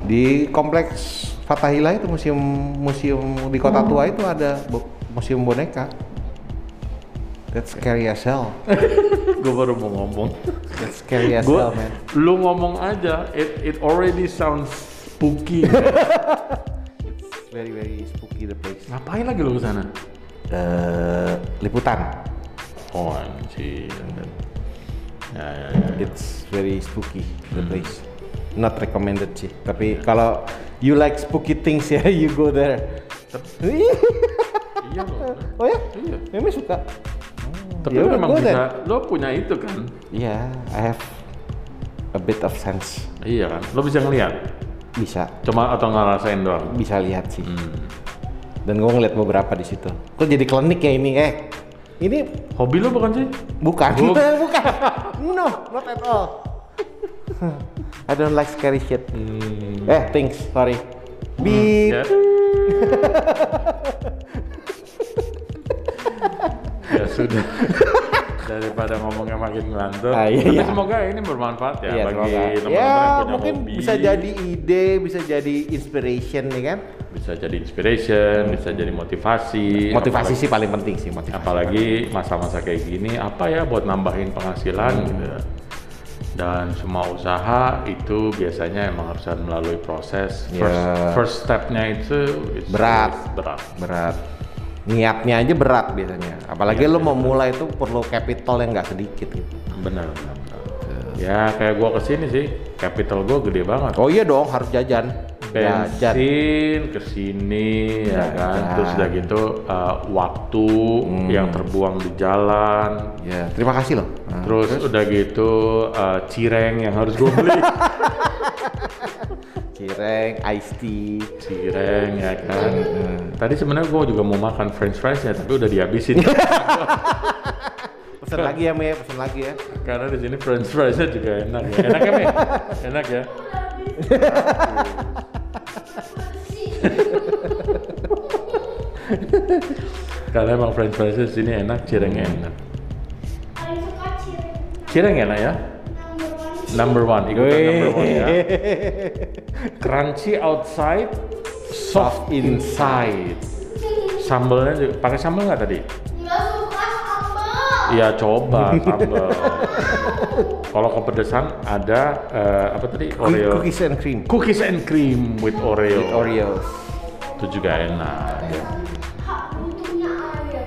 Speaker 2: di kompleks Fatahillah itu museum museum di kota tua itu ada bo- museum boneka. That's scary as hell.
Speaker 1: gue baru mau ngomong.
Speaker 2: That's scary as
Speaker 1: Gue,
Speaker 2: hell, man.
Speaker 1: lu ngomong aja. It, it already sounds (laughs) spooky.
Speaker 2: It's very very spooky the place.
Speaker 1: Ngapain lagi lu kesana?
Speaker 2: Eh, liputan.
Speaker 1: Oh anjir. Ya, ya, ya.
Speaker 2: It's very spooky the place. Not recommended sih. Tapi kalau you like spooky things (laughs) ya, you go there. (laughs)
Speaker 1: iya loh.
Speaker 2: oh ya?
Speaker 1: Iya.
Speaker 2: Memang suka.
Speaker 1: Tapi
Speaker 2: Ya
Speaker 1: lu
Speaker 2: udah,
Speaker 1: emang
Speaker 2: gua
Speaker 1: bisa,
Speaker 2: udah.
Speaker 1: lu punya itu kan?
Speaker 2: Iya, I have a bit of sense.
Speaker 1: Iya kan? Lu bisa ngeliat?
Speaker 2: Bisa,
Speaker 1: Cuma atau ngerasain doang?
Speaker 2: bisa lihat sih.
Speaker 1: Hmm.
Speaker 2: Dan gua ngeliat beberapa di situ. Kok jadi klinik ya ini? Eh, ini
Speaker 1: Hobi lu bukan sih?
Speaker 2: bukan,
Speaker 1: Buk-
Speaker 2: (laughs) bukan. No, not at all. (laughs) I don't like scary shit. Eh, things, sorry.
Speaker 1: Hmm. Ya.
Speaker 2: Beep.
Speaker 1: (laughs) ya sudah. Daripada ngomongnya makin ngelantur.
Speaker 2: Ah, iya,
Speaker 1: Tapi
Speaker 2: iya.
Speaker 1: semoga ini bermanfaat ya
Speaker 2: Iya,
Speaker 1: bagi
Speaker 2: semoga.
Speaker 1: teman-teman
Speaker 2: ya
Speaker 1: yang punya
Speaker 2: mungkin
Speaker 1: hobi.
Speaker 2: bisa jadi ide, bisa jadi inspiration nih kan.
Speaker 1: bisa jadi inspiration, bisa jadi motivasi.
Speaker 2: Motivasi
Speaker 1: Iya, Apalagi-
Speaker 2: sih paling penting sih motivasi.
Speaker 1: apalagi masa-masa kayak gini apa ya buat nambahin penghasilan
Speaker 2: Hmm.
Speaker 1: gitu dan semua usaha itu biasanya emang harus melalui proses first
Speaker 2: Ya.
Speaker 1: first stepnya itu it's-
Speaker 2: Berat.
Speaker 1: it's berat
Speaker 2: Berat. Niatnya aja berat
Speaker 1: Iya,
Speaker 2: biasanya. Apalagi lu mau mulai itu perlu capital yang nggak sedikit gitu.
Speaker 1: benar benar, benar.
Speaker 2: Iya.
Speaker 1: ya kayak gua kesini sih capital gua gede banget
Speaker 2: Oh iya dong harus jajan. Jajan. Iya,
Speaker 1: bensin kesini ya kan
Speaker 2: Jajan. Hmm.
Speaker 1: terus udah gitu uh, waktu yang terbuang di jalan
Speaker 2: Ya, terima kasih loh. Nah,
Speaker 1: Terus, udah gitu uh, cireng yang harus gue beli.
Speaker 2: Cireng, iced tea.
Speaker 1: cireng ya kan.
Speaker 2: Ah.
Speaker 1: Tadi sebenarnya gue juga mau makan french fries ya, tapi udah
Speaker 2: (laughs)
Speaker 1: dihabisin.
Speaker 2: Pesan lagi ya, Me, pesan lagi ya.
Speaker 1: Karena di sini french friesnya juga enak. Ya. Enak ya, Mi? Enak ya. Karena emang french friesnya di sini enak, cirengnya enak.
Speaker 3: Paling suka cireng.
Speaker 1: Cireng enak ya.
Speaker 3: Number one sih.
Speaker 1: Number one, ikutan number one ya.
Speaker 2: Wih.
Speaker 1: Crunchy outside, soft
Speaker 2: (laughs) Soft
Speaker 1: inside. Sambalnya juga, pakai sambal nggak tadi?
Speaker 3: Nggak suka sambal.
Speaker 1: Iya coba
Speaker 2: (laughs)
Speaker 1: sambal. Kalau kepedesan ada eh, apa tadi Oreo.
Speaker 2: Cookies and cream.
Speaker 1: Cookies and cream with Oreo.
Speaker 2: With Oreos.
Speaker 1: Itu juga enak. ya.
Speaker 3: Hak butuhnya air. ya,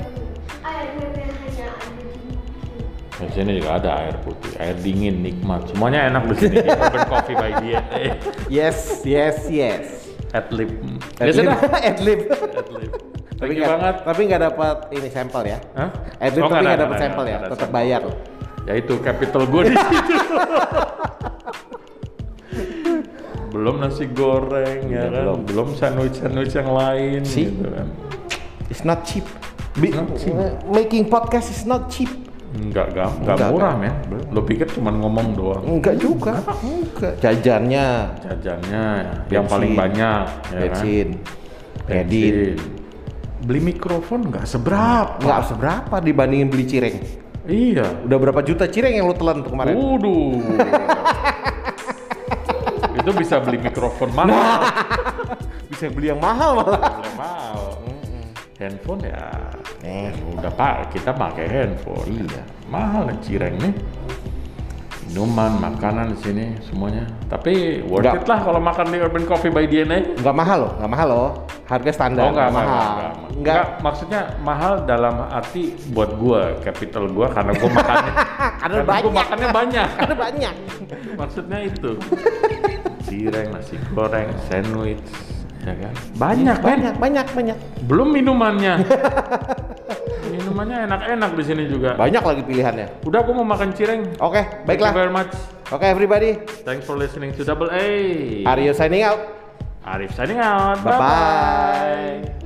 Speaker 3: Air memang hanya ada di bumi.
Speaker 1: Di sini juga ada air putih, air dingin nikmat. Semuanya enak di
Speaker 2: (laughs)
Speaker 1: sini. di Urban Coffee by DNA.
Speaker 2: Yes, yes, yes.
Speaker 1: Adlib. Ya
Speaker 2: Adlib.
Speaker 1: sudah.
Speaker 2: (laughs) Adlib.
Speaker 1: Adlib.
Speaker 2: Tapi
Speaker 1: Thank you
Speaker 2: nggak-
Speaker 1: banget.
Speaker 2: Tapi nggak dapat ini sampel ya.
Speaker 1: Hah?
Speaker 2: Adlib
Speaker 1: Oh, nggak
Speaker 2: tapi nggak
Speaker 1: ada,
Speaker 2: dapat
Speaker 1: nggak ada,
Speaker 2: sampel ya,
Speaker 1: nggak ada
Speaker 2: tetap
Speaker 1: sampel.
Speaker 2: bayar.
Speaker 1: Ya itu capital
Speaker 2: (laughs)
Speaker 1: gue di situ. belum nasi goreng ya,
Speaker 2: Ya,
Speaker 1: kan, belum,
Speaker 2: belum.
Speaker 1: sandwich sandwich yang lain
Speaker 2: Si.
Speaker 1: gitu kan.
Speaker 2: It's not cheap.
Speaker 1: Bi-
Speaker 2: Making podcast is not cheap.
Speaker 1: Enggak, enggak, enggak
Speaker 2: Enggak,
Speaker 1: murah men. Lo pikir cuma ngomong doang.
Speaker 2: Enggak juga. Enggak. Jajannya,
Speaker 1: Jajannya yang
Speaker 2: Bensin.
Speaker 1: paling banyak ya
Speaker 2: bensin,
Speaker 1: kan.
Speaker 2: kredit.
Speaker 1: Bensin. Beli mikrofon enggak seberapa.
Speaker 2: Nggak seberapa dibandingin beli cireng.
Speaker 1: Iya. Uh.
Speaker 2: (laughs) Udah berapa juta cireng yang lu telan tuh kemarin?
Speaker 1: Waduh. itu itu bisa beli mikrofon
Speaker 2: Nah.
Speaker 1: mahal.
Speaker 2: bisa beli yang mahal malah.
Speaker 1: Boleh mahal. Handphone ya,
Speaker 2: Eh.
Speaker 1: udah pak kita pakai handphone.
Speaker 2: Iya.
Speaker 1: Mahal cireng nih. Minuman, makanan di sini semuanya. Tapi worth
Speaker 2: Nggak.
Speaker 1: it lah kalau makan di Urban Coffee by DNA.
Speaker 2: Nggak mahal loh, nggak mahal loh. Harga
Speaker 1: Oh
Speaker 2: standar.
Speaker 1: enggak,
Speaker 2: nggak
Speaker 1: mahal.
Speaker 2: mahal.
Speaker 1: Enggak, enggak.
Speaker 2: Nggak.
Speaker 1: maksudnya mahal dalam arti buat gua, capital gua karena gua makannya
Speaker 2: (laughs) Karena
Speaker 1: gua
Speaker 2: banyak.
Speaker 1: makannya banyak. (laughs)
Speaker 2: Karena banyak.
Speaker 1: maksudnya itu. Cireng, nasi goreng, sandwich, ya kan? Banyak, banyak.
Speaker 2: Banyak, banyak, banyak.
Speaker 1: Belum minumannya. minumannya enak-enak di sini juga.
Speaker 2: Banyak lagi pilihannya.
Speaker 1: Udah gua mau makan cireng.
Speaker 2: Oke,
Speaker 1: Thank you
Speaker 2: baiklah.
Speaker 1: very much.
Speaker 2: Oke everybody,
Speaker 1: Thanks for listening to Double A.
Speaker 2: are you signing out?
Speaker 1: Arif signing out.
Speaker 2: Bye-bye.
Speaker 1: Bye-bye.